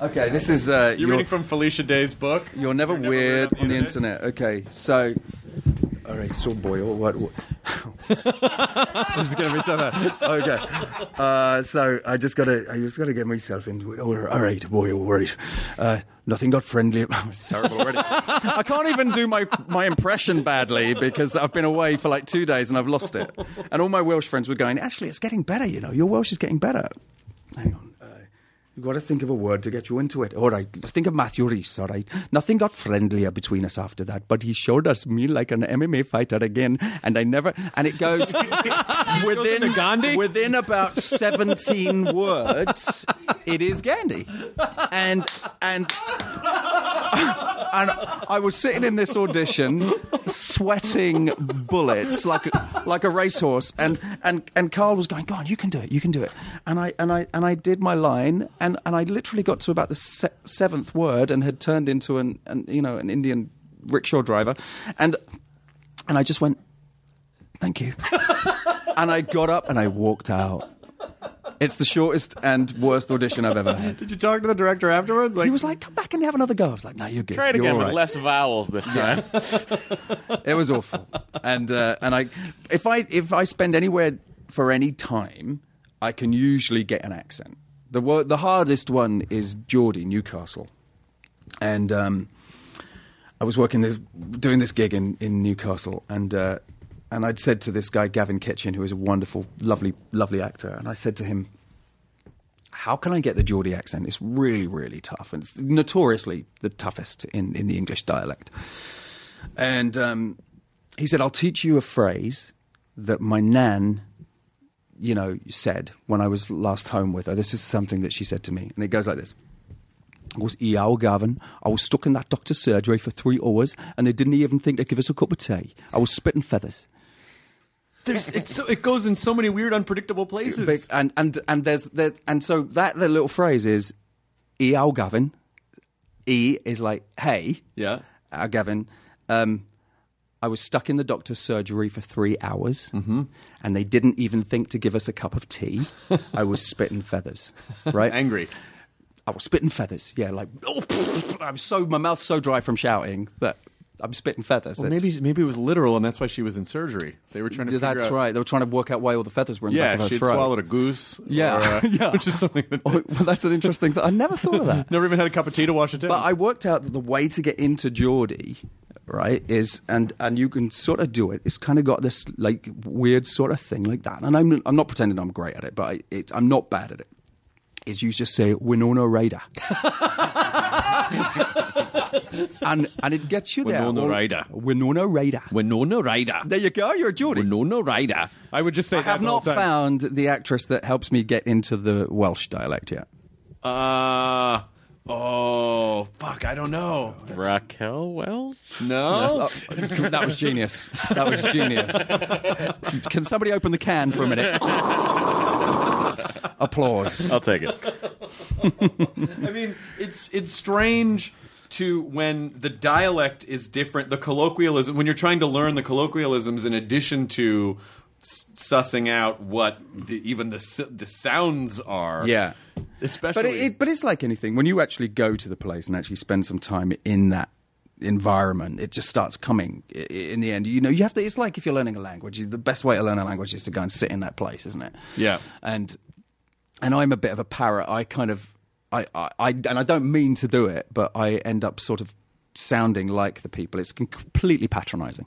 E: Okay, this is uh,
A: You're
E: your-
A: reading from Felicia Day's book.
E: You're never
A: You're never
E: weird
A: weird
E: on the internet. Okay, so. All right, so boy, oh, what? what- [laughs] this is gonna be so bad. Okay, uh, so I just gotta, I just gotta get myself into it. All right, all right, boy, all right. Uh, nothing got friendly. [laughs] it's terrible already. I can't even do my my impression badly because I've been away for like two days and I've lost it. And all my Welsh friends were going, actually, it's getting better. You know, your Welsh is getting better. Hang on. Uh, You've got to think of a word to get you into it. All right, let's think of Matthew Reese, all right? Nothing got friendlier between us after that, but he showed us me like an MMA fighter again, and I never. And it goes within,
G: Gandhi?
E: within about 17 words, it is Gandhi. And, and and I was sitting in this audition, sweating bullets like a, like a racehorse, and, and, and Carl was going, "Go on, you can do it, you can do it." And I and I and I did my line, and, and I literally got to about the se- seventh word, and had turned into an, an you know an Indian rickshaw driver, and and I just went, "Thank you," [laughs] and I got up and I walked out. It's the shortest and worst audition I've ever had.
A: Did you talk to the director afterwards? Like,
E: He was like, "Come back and have another go." I was like, "No, you're good.
F: Try it
E: You're
F: again
E: all
F: with
E: right."
F: less vowels this time. [laughs]
E: It was awful. And uh, and I, if I if I spend anywhere for any time, I can usually get an accent. The wo- the hardest one is Geordie, Newcastle, and um, I was working this doing this gig in in Newcastle, and uh, and I'd said to this guy Gavin Kitchen, who is a wonderful, lovely, lovely actor, and I said to him, "How can I get the Geordie accent? It's really, really tough, and it's notoriously the toughest in in the English dialect." And um, he said, "I'll teach you a phrase that my nan." you know, said when I was last home with her. This is something that she said to me, and it goes like this. It goes, "Eow, Gavin, I was stuck in that doctor's surgery for three hours, and they didn't even think to give us a cup of tea. I was spitting feathers."
H: There's, it's so, it goes in so many weird, unpredictable places.
E: Big- and and and there's there, and so that the little phrase is, "Eow, Gavin." E is like, "Hey,
H: Yeah.
E: uh, Gavin." Um, I was stuck in the doctor's surgery for three hours,
A: Mm-hmm.
E: and they didn't even think to give us a cup of tea. I was spitting
A: [laughs]
E: feathers, right?
A: Angry.
E: I was spitting feathers. Yeah, like [laughs] oh, I'm so my mouth's so dry from shouting that I'm spitting feathers.
A: Well,
E: It's-
A: maybe maybe it was literal, and that's why she was in surgery. They were trying to. figure
E: that's
A: out-
E: right. They were trying to work out why all the feathers were in
A: Yeah,
E: the back of her
A: she'd
E: throat.
A: swallowed a goose.
E: Yeah.
A: or, uh,
E: [laughs] Yeah.
A: which is something that
E: Oh, well, that's an interesting thing. I never thought
A: [laughs]
E: of that.
A: never even had a cup of tea to wash it down.
E: But I worked out that the way to get into Geordie, right, is and and you can sort of do it. It's kind of got this like weird sort of thing like that. And I'm I'm not pretending I'm great at it, but I, it, I'm not bad at it. Is you just say Winona Ryder, [laughs] and and it gets you there.
A: Winona
E: Or-
A: Ryder.
E: Winona Ryder.
A: Winona Ryder.
E: there you go. You're a Geordie.
A: Winona Ryder. I would just say
E: I
A: that
E: have
A: the whole
E: not
A: time.
E: found the actress that helps me get into the Welsh dialect yet.
A: Uh, oh, fuck! I don't know.
F: Raquel Welch?
A: No,
E: Oh, that was genius. That was genius. Can somebody open the can for a minute? Applause.
F: I'll take it.
H: [laughs] I mean, it's it's strange to when the dialect is different, the colloquialism when you're trying to learn the colloquialisms in addition to s- sussing out what the, even the s- the sounds are.
E: Yeah.
H: especially
E: But it, it- but it's like anything. When you actually go to the place and actually spend some time in that environment, it just starts coming i- i- in the end. You know, you have to. It's like if you're learning a language. The best way to learn a language is to go and sit in that place, isn't it?
A: Yeah.
E: And and I'm a bit of a parrot. I kind of I, I, I and I don't mean to do it, but I end up sort of sounding like the people. It's com- completely patronizing.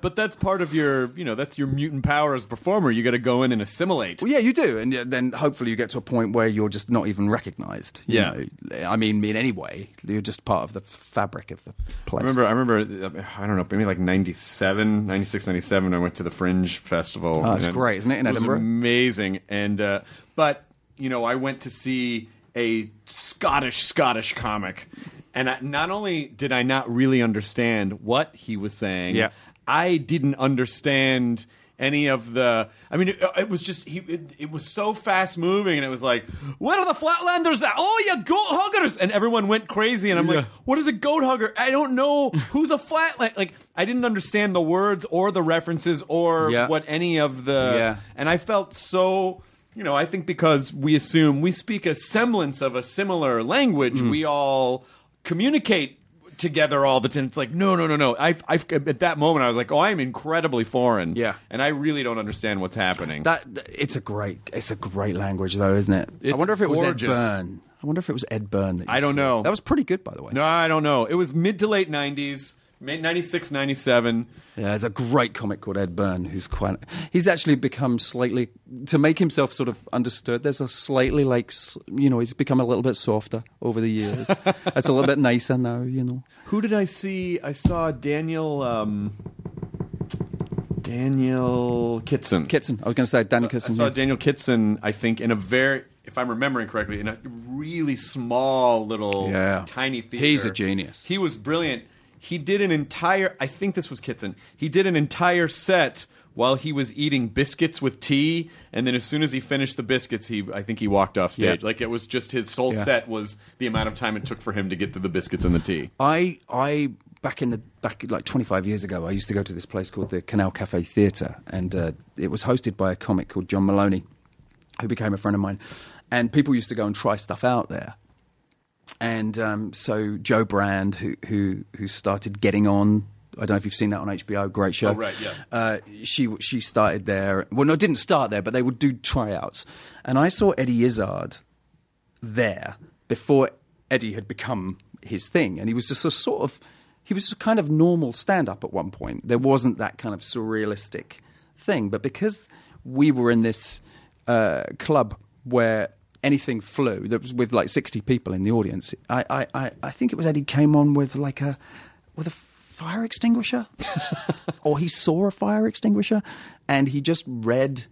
A: but that's part of your, you know, that's your mutant power as a performer. You got to go in and assimilate.
E: Well, yeah, you do, and yeah, then hopefully you get to a point where you're just not even recognised. you
A: Yeah.
E: know. I mean, in any way, you're just part of the fabric of the place.
A: I remember, I remember, uh, I don't know, maybe like 97, 96, 97, I went to the Fringe Festival.
E: Oh, it's
A: And
E: great, isn't it, in
A: was
E: Edinburgh?
A: amazing. And, uh, but, you know, I went to see a Scottish, Scottish comic. And I, not only did I not really understand what he was saying,
F: Yeah.
A: I didn't understand any of the. I mean, it, uh, it was just he. It, it was so fast moving, and it was like, "Where are the Flatlanders at? Oh, you goat huggers!" And everyone went crazy, and I'm like, "What is a goat hugger? I don't know who's a flatland." Like, I didn't understand the words or the references or
E: Yeah.
A: what any of the.
E: Yeah.
A: And I felt so. You know, I think because we assume we speak a semblance of a similar language,
E: Hmm.
A: we all communicate together all the time. It's like, no, no, no, no. I, I, at that moment, I was like, oh, I'm incredibly foreign.
E: Yeah.
A: and I really don't understand what's happening.
E: that. th- It's a great, it's a great language, though, isn't it? I
A: It's
E: wonder if it
A: gorgeous.
E: was Ed Byrne. I wonder if it was Ed Byrne. That you
A: I don't
E: saw.
A: know.
E: That was pretty good, by the way.
A: no, I don't know. It was mid to late '90s, mid '96, '97.
E: Yeah, there's a great comic called Ed Byrne who's quite. He's actually become slightly to make himself sort of understood. There's a slightly like s- you know he's become a little bit softer over
A: [laughs]
E: the years. it's a little bit nicer now, you know.
A: Who did I see? I saw Daniel. Um, Daniel Kitson.
E: Kitson, I was going to say Dan
A: I
E: Kitson.
A: saw
E: yeah.
A: Daniel Kitson, I think, in a very, if I'm remembering correctly, in a really small little
E: Yeah.
A: tiny theater.
E: He's a genius.
A: He was brilliant. He did an entire, I think this was Kitson, he did an entire set while he was eating biscuits with tea and then as soon as he finished the biscuits he i think he walked off stage
E: Yeah.
A: like it was just his whole
E: Yeah.
A: set was the amount of time it took for him to get through the biscuits and the tea
E: I I back in the back like 25 years ago, I used to go to this place called the Canal Cafe Theatre, and uh, it was hosted by a comic called John Maloney, who became a friend of mine. And people used to go and try stuff out there. And um, so Joe Brand, who who who started getting on I don't know if you've seen that on HBO. Great show.
H: Oh, right, yeah.
E: Uh, she she started there. Well, no, didn't start there, but they would do tryouts, and I saw Eddie Izzard there before Eddie had become his thing, and he was just a sort of he was a kind of normal stand up at one point. There wasn't that kind of surrealistic thing, but because we were in this uh, club where anything flew, that was with like sixty people in the audience. I I, I, I think it was Eddie came on with like a with a fire extinguisher, or he saw a fire extinguisher, and he just read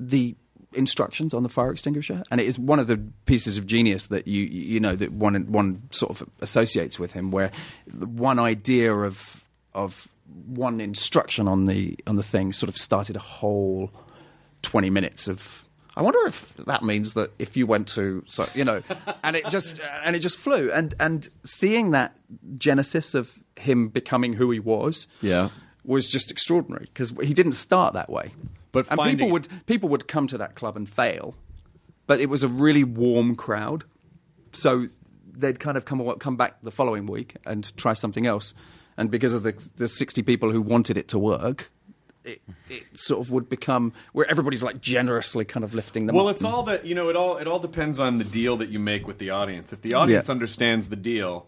E: the instructions on the fire extinguisher, and it is one of the pieces of genius that you you know that one one sort of associates with him, where one idea of of one instruction on the on the thing sort of started a whole twenty minutes of. I wonder if that means that if you went to so you know, [laughs] and it just and it just flew, and and seeing that genesis of him becoming who he was,
A: Yeah.
E: was just extraordinary because he didn't start that way.
A: But
E: and
A: finding-
E: people would people would come to that club and fail, but it was a really warm crowd, so they'd kind of come awa- come back the following week and try something else, and because of the the sixty people who wanted it to work. It, it sort of would become where everybody's like generously kind of lifting them
A: Well,
E: up
A: it's all that you know. It all it all depends on the deal that you make with the audience. If the audience
E: Yeah.
A: understands the deal,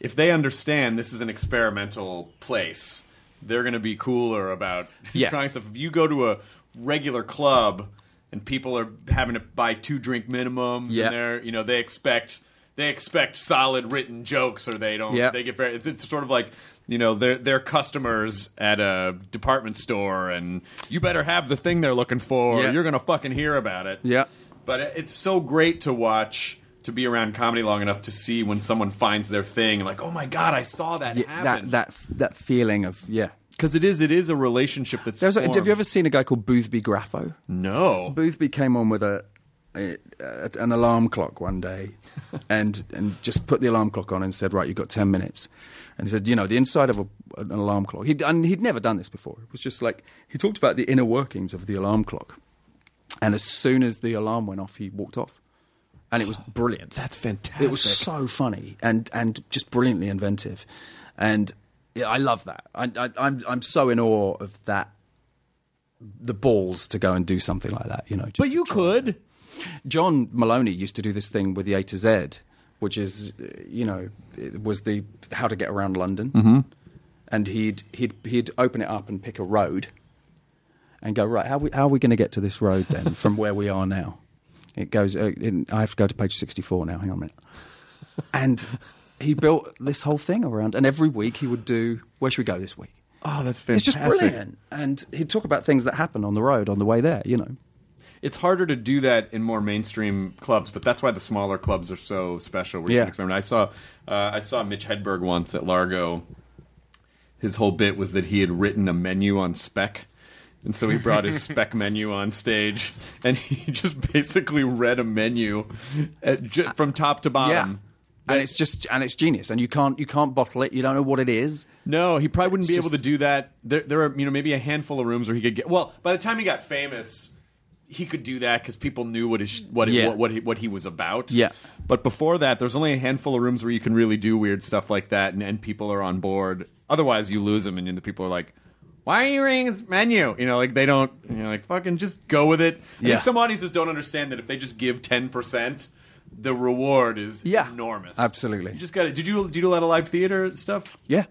A: if they understand this is an experimental place, they're going to be cooler about [laughs]
E: Yeah.
A: trying stuff. If you go to a regular club and people are having to buy two drink minimums,
E: Yeah.
A: and they're you know they expect they expect solid written jokes, or they don't.
E: Yeah.
A: They get very. It's, it's sort of like. You know, they're, they're customers at a department store, and you better have the thing they're looking for, or
E: Yeah.
A: you're going to fucking hear about it.
E: Yeah.
A: But it- it's so great to watch, to be around comedy long enough to see when someone finds their thing, like, oh my god, I saw that
E: Yeah,
A: happen.
E: that that that feeling of yeah.
A: because it is it is a relationship that's.
E: There's a, have
A: formed.
E: you ever seen a guy called Boothby Graffo?
A: No.
E: Boothby came on with a, a, a- an alarm clock
A: [laughs]
E: one day, and and just put the alarm clock on and said, "Right, you've got ten minutes." And he said, "You know, the inside of a, an alarm clock." He'd, and he'd never done this before. It was just like he talked about the inner workings of the alarm clock, and as soon as the alarm went off, he walked off,
A: [sighs]
E: and it was brilliant.
A: That's fantastic.
E: It was so funny and and just brilliantly inventive, and yeah, I love that. I, I, I'm I'm so in awe of that. The balls to go and do something like that, you know. just
A: But
E: to
A: you
E: try.
A: could.
E: John Maloney used to do this thing with the A to Z, which is, uh, you know, it was the how to get around London, mm-hmm. and he'd he'd he'd open it up and pick a road, and go right. How we how are we going to get to this road
A: [laughs]
E: then from where we are now? It goes. Uh, in, I have to go to page sixty four now. Hang on a minute. And he built this whole thing around, and every week he would do. Where should we go this week?
A: Oh, that's
E: It's
A: fantastic.
E: just brilliant, and he'd talk about things that happen on the road on the way there. You know.
A: It's harder to do that in more mainstream clubs, but that's why the smaller clubs are so special. Where you
E: Yeah.
A: can experiment. I saw uh, I saw Mitch Hedberg once at Largo. His whole bit was that he had written a menu on spec. And so he brought
E: [laughs]
A: his spec menu on stage, and he [laughs] just basically read a menu at, ju- from top to bottom.
E: Yeah. Um, And it's just and it's genius, and you can't you can't bottle it. You don't know what it is.
A: No, he probably wouldn't be
E: It's
A: able
E: just-
A: to do that. There, there are you know maybe a handful of rooms where he could get. Well, by the time he got famous, he could do that because people knew what his what, he
E: Yeah.
A: what what he, what he was about.
E: Yeah.
A: But before that, there's only a handful of rooms where you can really do weird stuff like that, and, and people are on board. Otherwise, you lose them, and then the people are like. Why are you reading his menu? You know, like they don't. You know, like fucking just go with it. I
E: Yeah.
A: think some audiences don't understand that if they just give ten percent, the reward is
E: Yeah.
A: enormous.
E: Absolutely.
A: You just got to. Did you do you do a lot of live theater stuff?
E: Yeah.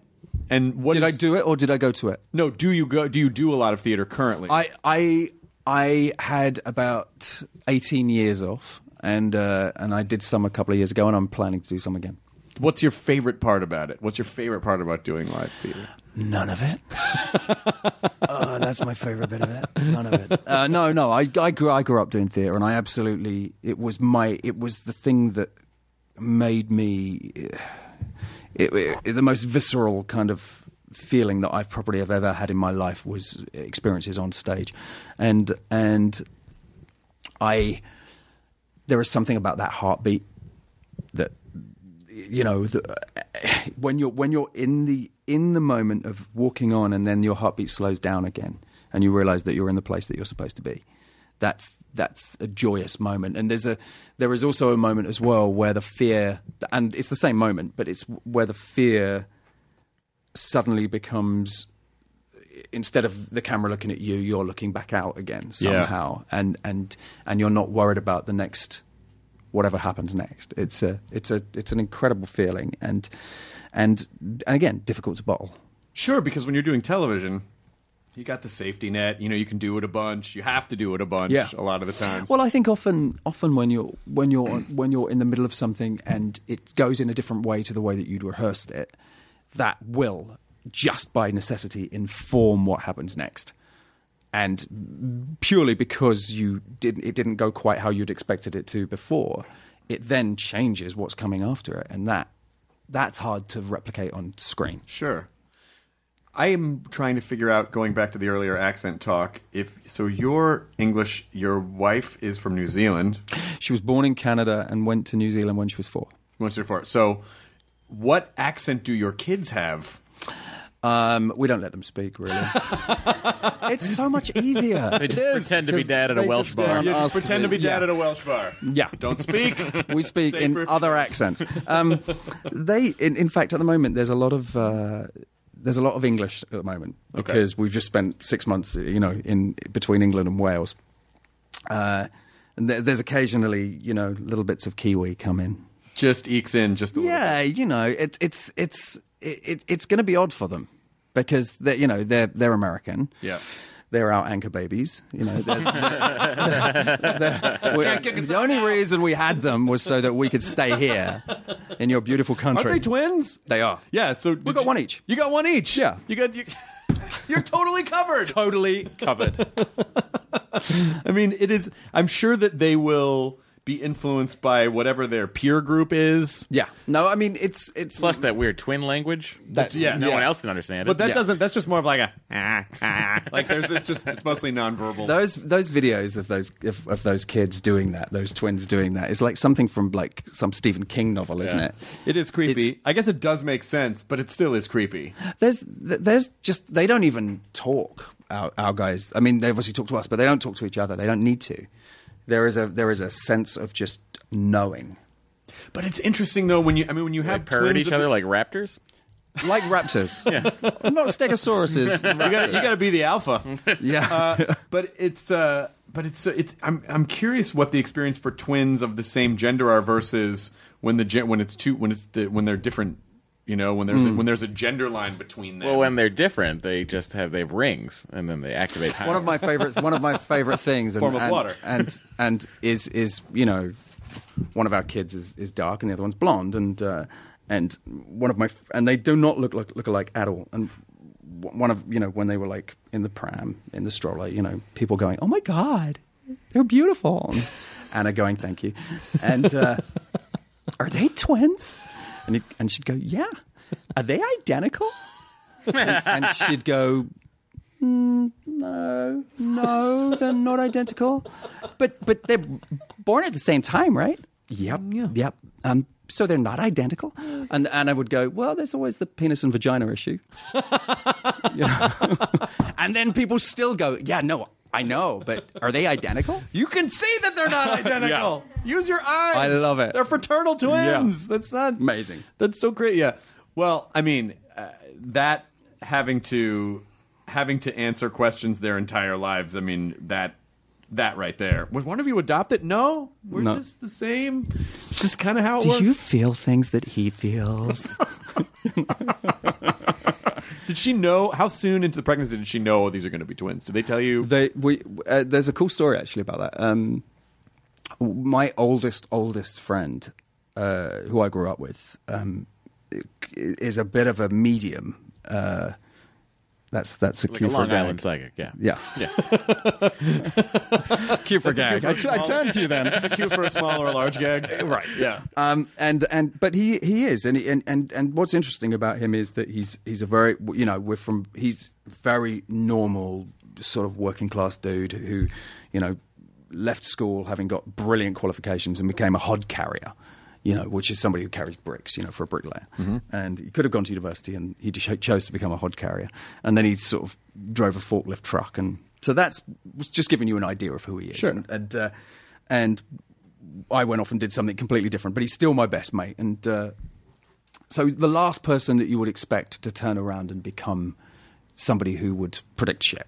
A: And what
E: Did I
A: is-
E: do it or did I go to it?
A: No, do you go? Do you do a lot of theater currently?
E: I I I had about eighteen years off, and uh, and I did some a couple of years ago, and I'm planning to do some again.
A: What's your favorite part about it? What's your favorite part about doing live theater?
E: None of it. [laughs] oh, that's my favorite bit of it. None of it. Uh, no, no. I, I grew I grew up doing theatre, and I absolutely it was my it was the thing that made me it, it, the most visceral kind of feeling that I've probably have ever had in my life was experiences on stage, and and I there is something about that heartbeat that you know the, when you're when you're in the in the moment of walking on and then your heartbeat slows down again and you realize that you're in the place that you're supposed to be that's that's a joyous moment and there's a there is also a moment as well where the fear and it's the same moment but it's where the fear suddenly becomes instead of the camera looking at you, you're looking back out again
A: Yeah.
E: somehow, and and and you're not worried about the next whatever happens next. It's a it's a it's an incredible feeling, and and and again, difficult to bottle.
A: Sure, because when you're doing television, you got the safety net. You know, you can do it a bunch. You have to do it a bunch
E: Yeah.
A: a lot of the times.
E: Well, I think often, often when you're when you're when you're in the middle of something and it goes in a different way to the way that you'd rehearsed it, that will just by necessity inform what happens next. And purely because you didn't, it didn't go quite how you'd expected it to before, it then changes what's coming after it, and that that's hard to replicate on screen.
A: Sure. I am trying to figure out, going back to the earlier accent talk, if so you're English, your wife is from New Zealand.
E: She was born in Canada and went to New Zealand when she was four.
A: Once or four. So what accent do your kids have?
E: Um, we don't let them speak really. [laughs] it's so much easier.
F: They just pretend to be dad at a
E: They
F: Welsh
E: just
F: bar.
E: don't
A: You just
E: ask
A: pretend
E: me.
A: to be dad
E: Yeah.
A: at a Welsh bar.
E: Yeah.
A: Don't speak.
E: [laughs] we speak
A: Say for a
E: in
A: few
E: other accents. Um, they, in, in fact, at the moment, there's a lot of uh, there's a lot of English at the moment because we've just spent six months, you know, in between England and Wales, uh, and there, there's occasionally, you know, little bits of Kiwi come in.
A: just ekes in just a little.
E: Yeah, you know, it, it's it's it, it, it's going to be odd for them because they are you know they're they're American.
A: Yeah.
E: They're our anchor babies, you
A: [laughs]
E: know. They're, they're- they're- we- the only reason we had them was so that we could stay here in your beautiful country.
A: Aren't they twins?
E: They are.
A: Yeah, so we
E: got one each.
A: You got one each.
E: Yeah.
A: you got you. [laughs] You're totally covered.
E: Totally covered.
A: [laughs] I mean, it is. I'm sure that they will be influenced by whatever their peer group is.
E: yeah. No, I mean it's it's
F: Plus that weird twin language.
E: That-
A: yeah.
F: no one
A: Yeah.
F: else can understand it.
A: But that
E: Yeah.
A: doesn't. That's just more of like a "Ah, ah." like. There's it's just it's mostly nonverbal.
E: those those videos of those of, of those kids doing that, those twins doing that, is like something from like some Stephen King novel, isn't
F: Yeah.
E: it?
A: it is creepy.
E: It's-
A: I guess it does make sense, but it still is creepy.
E: there's th- there's just they don't even talk our, our guys i mean they obviously talk to us but they don't talk to each other they don't need to there is a there is a sense of just knowing
A: But it's interesting though when you. I mean, when you
F: they
A: have
F: purr at
A: twins
F: each
A: of
F: other
A: the-
F: like raptors.
A: [laughs]
E: like raptors not stegosauruses
A: you gotta, you gotta be the
F: [laughs]
A: alpha.
E: yeah
A: Uh, but it's uh, but it's it's I'm I'm curious what the experience for twins of the same gender are versus when the gen- when it's two when it's the, when they're different. You know, when there's a, when there's a gender line between them.
F: Well, when they're different, they just have they have rings, and then they activate power.
E: one of my favorite one of my favorite things and,
A: Form of
E: and,
A: water.
E: and and is is you know one of our kids is, is dark and the other one's blonde and uh, and one of my f- and they do not look like look alike at all and w- one of you know when they were like in the pram in the stroller you know people going oh my god they're beautiful and Anna going thank you and uh, are they twins and he, and she'd go yeah are they identical and, and she'd go no, no, they're not identical, but but they're born at the same time, right? Yep, yep. Um, so they're not identical, and and I would go, well, there's always the penis and vagina issue, [laughs] You know? [laughs] and then people still go, yeah, no, I know, but are they identical?
A: you can see that they're not identical. Use your eyes.
E: I love it.
A: They're fraternal twins. That's not
E: Amazing.
A: That's so great. Yeah. Well, I mean, uh, that having to having to answer questions their entire lives. I mean that that right there. Was one of you adopted? No, we're
E: No.
A: just the same. It's just kind of how it
E: Do
A: works.
E: you feel things that he feels?
A: Did she know how soon into the pregnancy did she know oh, these are going to be twins? Did they tell you?
E: They we uh, there's a cool story actually about that. Um, my oldest oldest friend, uh, who I grew up with, um, i- is a bit of a medium. Uh, that's that's a
F: like a
E: cue for a
F: Long
E: gag.
F: Island psychic. Yeah.
E: Yeah,
F: Yeah.
E: cue for gag. I, I turned to you then.
A: It's a cue for a small or a large gag,
E: [laughs]
A: right? Yeah.
E: Um, and and but he he is, and, he, and and and what's interesting about him is that he's he's a very you know we're from he's very normal sort of working class dude who you know left school having got brilliant qualifications and became a hod carrier. You know, which is somebody who carries bricks, you know, for a bricklayer.
A: Mm-hmm.
E: And he could have gone to university and he cho- chose to become a hod carrier. And then he sort of drove a forklift truck. And so that's was just giving you an idea of who he is.
A: Sure.
E: And, and, uh, and I went off and did something completely different, but he's still my best mate. And uh, So the last person that you would expect to turn around and become somebody who would predict shit,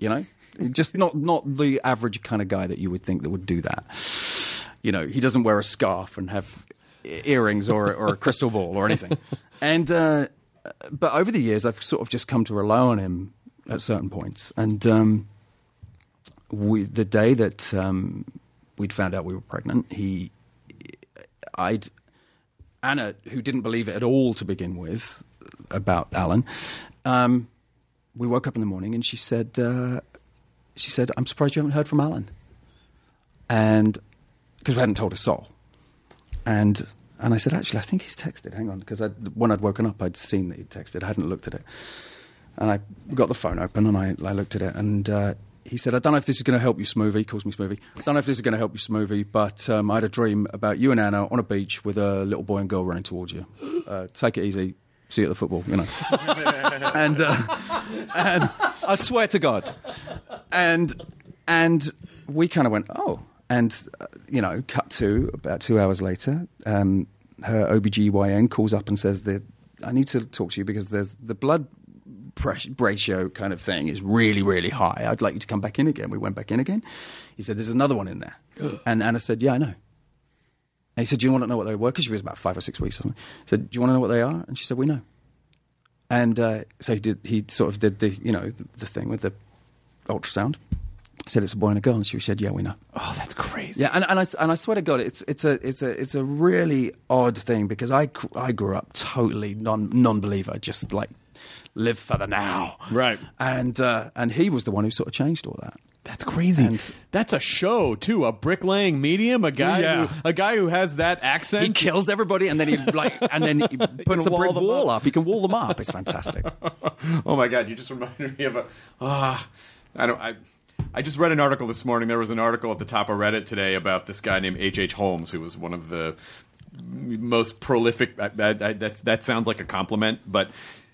E: you know, just not not the average kind of guy that you would think that would do that. You know, he doesn't wear a scarf and have e- earrings or or a crystal ball or anything. And uh, but over the years, I've sort of just come to rely on him at certain points. And um, we, the day that um, we'd found out we were pregnant, he, I'd Anna, who didn't believe it at all to begin with about Alan, um, we woke up in the morning and she said, uh, she said, I'm surprised you haven't heard from Alan, and because we hadn't told a soul, and and I said, actually, I think he's texted. Hang on, because when I'd woken up, I'd seen that he'd texted. I hadn't looked at it, and I got the phone open and I, I looked at it and. Uh, he said, I don't know if this is going to help you, Smoothie. He calls me Smoothie. I don't know if this is going to help you, Smoothie, but um, I had a dream about you and Anna on a beach with a little boy and girl running towards you. Uh, take it easy. See you at the football, you know. and, uh, and I swear to God. And, and we kind of went, oh. And, uh, you know, cut to about two hours later, um, her OBGYN calls up and says, that I need to talk to you because there's the blood press- ratio kind of thing is really, really high. I'd like you to come back in again. We went back in again. He said, There's another one in there. and Anna said, Yeah, I know. And he said, Do you want to know what they were? Because she was about five or six weeks or something. He said, Do you want to know what they are? And she said, We know. And uh, so he did. He sort of did the, you know, the, the thing with the ultrasound. Said it's a boy and a girl, and she said, "Yeah, we know."
F: Oh, that's crazy.
E: Yeah, and, and, I, and I swear to God, it's, it's, a, it's, a, it's a really odd thing because I, gr- I grew up totally non, non-believer, just like live for the now.
I: Right.
E: And, uh, and he was the one who sort of changed all that.
I: That's crazy. That's a show too. A bricklaying medium. A guy.
E: Yeah.
I: Who, a guy who has that accent.
E: He kills everybody, and then he like, and then [laughs] he puts a brick wall up. He can wall them up. It's [laughs] fantastic.
A: Oh my god, you just reminded me of a ah. I don't. I I just read an article this morning. There was an article at the top of Reddit today about this guy named H. H. Holmes, who was one of the most prolific. I, I, I, that's that sounds like a compliment, but.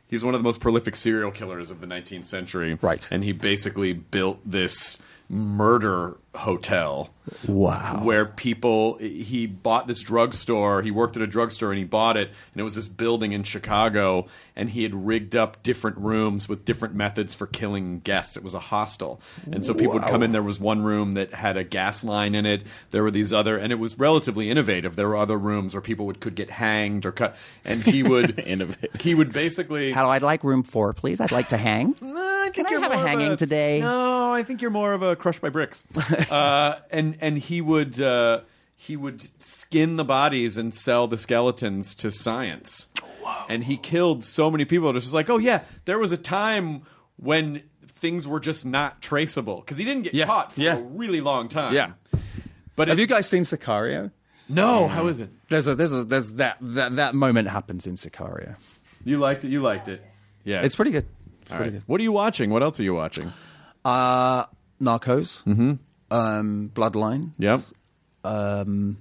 A: He's one of the most prolific serial killers of the 19th century.
E: Right.
A: And he basically built this murder hotel
E: Wow.
A: where people he bought this drugstore he worked at a drugstore and he bought it and it was this building in chicago and he had rigged up different rooms with different methods for killing guests it was a hostel and so people would come in there was one room that had a gas line in it there were these other and it was relatively innovative there were other rooms where people would could get hanged or cut and he would innovative he would basically
E: Hello, I'd like room four, please. I'd like to hang.
A: Mm, Can
E: [laughs] I have a hanging today?
A: No, I think you're more of a crushed by
E: [laughs]
A: bricks. uh, and and he would uh, he would skin the bodies and sell the skeletons to science. And he killed so many people. It was just like, oh yeah, there was a time when things were just not traceable because he didn't get
E: Yeah,
A: caught for
E: yeah.
A: a really long time.
E: Yeah.
A: But
E: Have
A: it-
E: you guys seen Sicario?
A: No, how is it?
E: There's a, there's a, there's that, that that moment happens in Sicario.
A: You liked it. You liked it. Yeah.
E: It's pretty good. It's
A: All
E: pretty
A: right. What are you watching? What else are you watching?
E: good. Uh, Narcos.
A: Mm-hmm.
E: Um, Bloodline.
A: Yep.
E: um,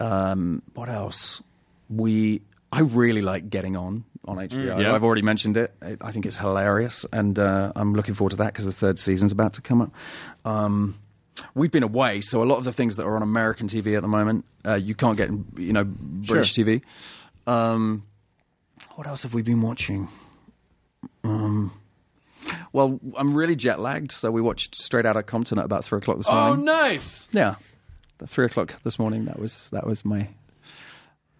E: um, what else? We I really like getting on on HBO.
A: Mm, yeah.
E: I've already mentioned it. I, I think it's hilarious, and uh, I'm looking forward to that because the third season's about to come up. Um, we've been away, so a lot of the things that are on American TV at the moment, uh, you can't get in, you know British TV. Um, what else have we been watching? Um, well, I'm really jet lagged, so we watched Straight Outta Compton at about three o'clock this morning.
A: Oh, nice.
E: Yeah, The three o'clock this morning. That was that was my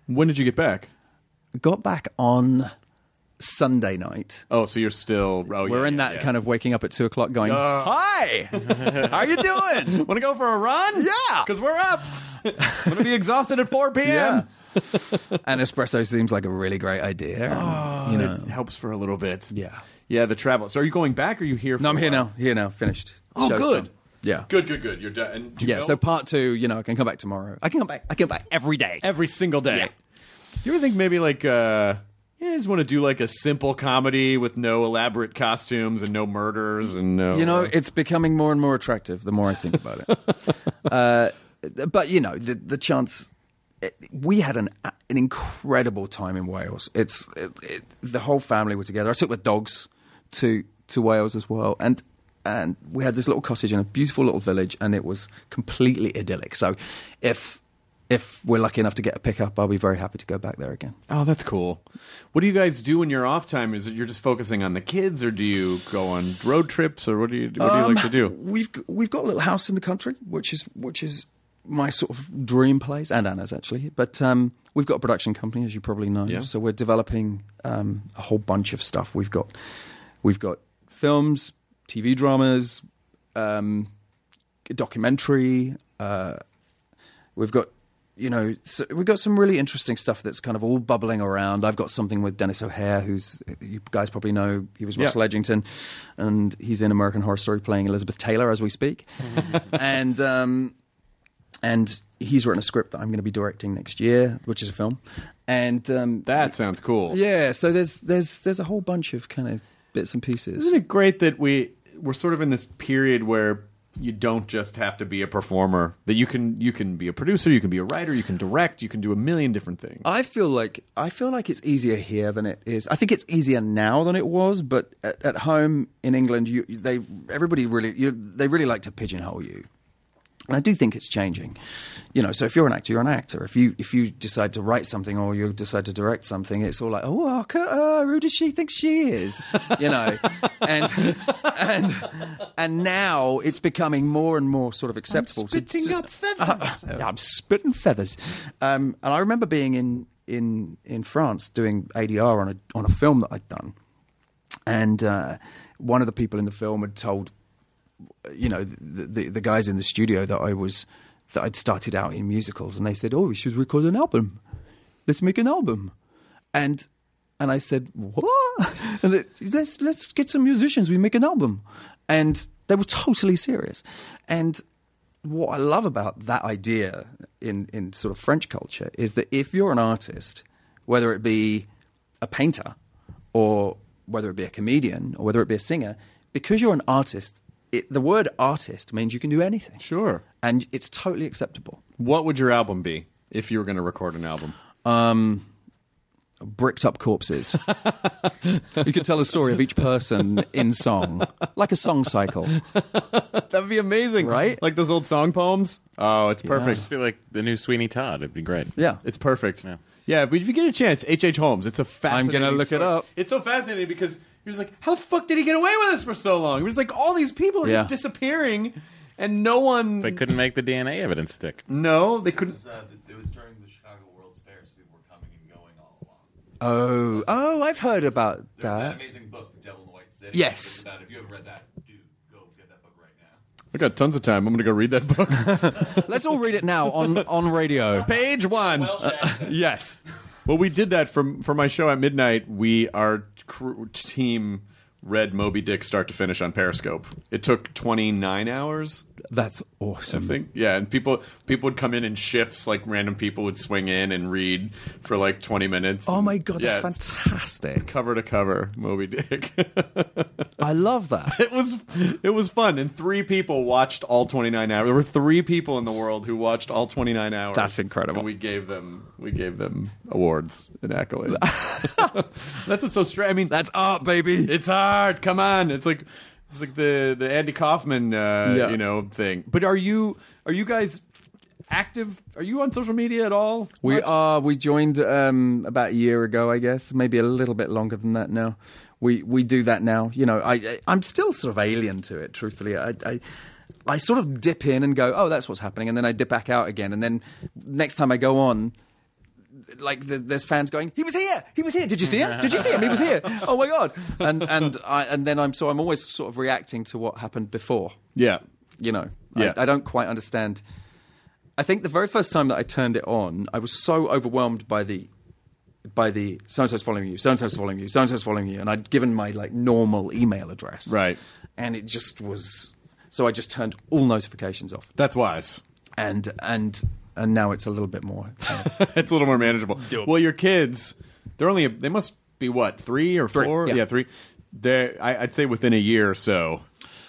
A: When did you get back?
E: got back on Sunday night.
A: Oh, so you're still. Oh,
E: We're in that kind of waking up at two o'clock, going, "Hi, how you
A: [laughs]
E: doing?"
A: Want to go for a run?
E: Yeah.
A: because we're up. I'm gonna be exhausted at [laughs] 4 p.m.
E: Yeah, and espresso seems like a really great idea. and, you know,
A: It helps for a little bit.
E: yeah.
A: yeah. The travel. So are you going back? Or are you here? For
E: No, I'm
A: a
E: here
A: while?
E: now. Here now, finished.
A: Oh,
E: Show's
A: good.
E: done. Yeah,
A: Good, good, good. You're done. And do you
E: yeah.
A: know-
E: So part two, you know, I can come back tomorrow. I can come back. I can come back every day.
A: every single day.
E: Yeah.
A: You ever think maybe like uh, you just want to do like a simple comedy with no elaborate costumes and no murders and no.
E: You know, it's becoming more and more attractive the more I think about it. uh, but you know, the the chance it- we had an an incredible time in Wales. It's it, it, the whole family were together. I took the dogs to to Wales as well, and and we had this little cottage in a beautiful little village, and it was completely idyllic. So, if if we're lucky enough to get a pickup, I'll be very happy to go back there again.
A: Oh, that's cool. What do you guys do when you're off time? Is it you're just focusing on the kids, or do you go on road trips, or what do you what do you like to
E: Um, [laughs]
A: do?
E: We've g- we've got a little house in the country, which is which is my sort of dream place, and Anna's actually. But um, we've got a production company, as you probably know.
A: Yeah.
E: So we're developing um, a whole bunch of stuff. We've got we've got films, TV dramas, um, a documentary. Uh, we've got you know so we've got some really interesting stuff that's kind of all bubbling around. I've got something with Dennis O'Hare, who's you guys probably know. He was
A: Yeah.
E: Russell Edgington, and he's in American Horror Story playing Elizabeth Taylor as we
A: [laughs]
E: speak, and um, and he's written a script that I'm going to be directing next year, which is a film, and um,
A: That sounds cool.
E: yeah. So there's there's there's a whole bunch of kind of bits and pieces.
A: Isn't it great that we we're sort of in this period where you don't just have to be a performer. That you can you can be a producer, you can be a writer, you can direct, you can do a million different things.
E: I feel like I feel like it's easier here than it is. I think it's easier now than it was, but at, at home in England, you, they everybody really you, they really like to pigeonhole you, and I do think it's changing. You know, so if you're an actor, you're an actor. If you if you decide to write something or you decide to direct something, it's all like, oh, uh, c- uh, who does she think she is? You know, and and and now it's becoming more and more sort of acceptable. to- to-
A: feathers.
E: yeah, [laughs] I'm spitting feathers. Um, and I remember being in in in France doing ADR on a on a film that I'd done, and uh, one of the people in the film had told, you know, the, the the guys in the studio that I was that I'd started out in musicals, and they said, "Oh, we should record an album. Let's make an album," and. And I said, "What? [laughs] And they, let's let's get some musicians. We make an album." And they were totally serious. And what I love about that idea in, in sort of French culture is that if you're an artist, whether it be a painter or whether it be a comedian or whether it be a singer, because you're an artist, it, the word artist means you can do anything.
A: Sure.
E: And it's totally acceptable.
A: What would your album be if you were going to record an album?
E: Um, bricked up corpses. [laughs] you could tell a story of each person in song, like a song cycle.
A: That would be amazing,
E: Right?
A: Like those old song poems. Oh, it's perfect.
F: Just be like the new Sweeney Todd. It'd be great.
E: Yeah.
A: It's perfect. Yeah. if, we, if you get a chance, H.H. H. Holmes. It's a fascinating.
E: gonna look it
A: story.
E: up.
A: It's so fascinating because you're just like, how the fuck did he get away with this for so long? It was like all these people are
E: Yeah.
A: just disappearing, and no one.
F: They couldn't make the DNA evidence
E: [laughs]
F: stick.
A: no, they couldn't.
J: it was during the Chicago World's Fair, so people were coming and going all along.
E: Oh, oh, I've heard about
J: There's that
E: that.
J: amazing book, The Devil in the White City.
E: Uh, Yes.
J: It's about- If you haven't read that, dude, go get that book right now.
A: I got tons of time. I'm gonna go read that
E: [laughs]
A: book.
E: Let's all read it now on, on radio.
A: Page one.
J: Welsh accent.
A: [laughs] Yes. Well, we did that for for my show at midnight. We our crew, team read Moby Dick start to finish on Periscope. It took 29 hours,
E: That's
A: I
E: awesome.
A: think. Yeah, and people people would come in in shifts. Like random people would swing in and read for like 20 minutes.
E: Oh my god,
A: Yeah,
E: that's
A: it's
E: fantastic!
A: Cover to cover, Moby
E: [laughs]
A: Dick.
E: I love that.
A: it was it was fun, and three people watched all 29 hours. There were three people in the world who watched all 29 hours.
E: That's incredible.
A: And we gave them we gave them awards and
E: [laughs]
A: accolades. [laughs] That's what's so strange. I mean,
E: That's art, baby.
A: it's hard. Come on, it's like it's like the the Andy Kaufman uh,
E: Yeah.
A: you know thing. But are you are you guys active? Are you on social media at all?
E: We
A: Much?
E: are. We joined um, about a year ago, I guess, maybe a little bit longer than that now. We we do that now. You know, I, I I'm still sort of alien to it. Truthfully, I. I I sort of dip in and go, oh, that's what's happening, and then I dip back out again, and then next time I go on, like the, there's fans going, he was here, he was here. Did you see him? Did you see him? He was here. Oh my god! And and I and then I'm so I'm always sort of reacting to what happened before.
A: Yeah.
E: you know
A: Yeah.
E: I, I don't quite understand i think the very first time that i turned it on i was so overwhelmed by the by the so and so's following you so and so's following you so and so's following you and i'd given my like normal email address
A: Right.
E: and it just was so i just turned all notifications off
A: That's wise.
E: and and and now it's a little bit more
A: [laughs] it's a little more manageable. Well, your kids, they're only they must be what three or four?
E: yeah.
A: three. They, I, I'd say within a year or so,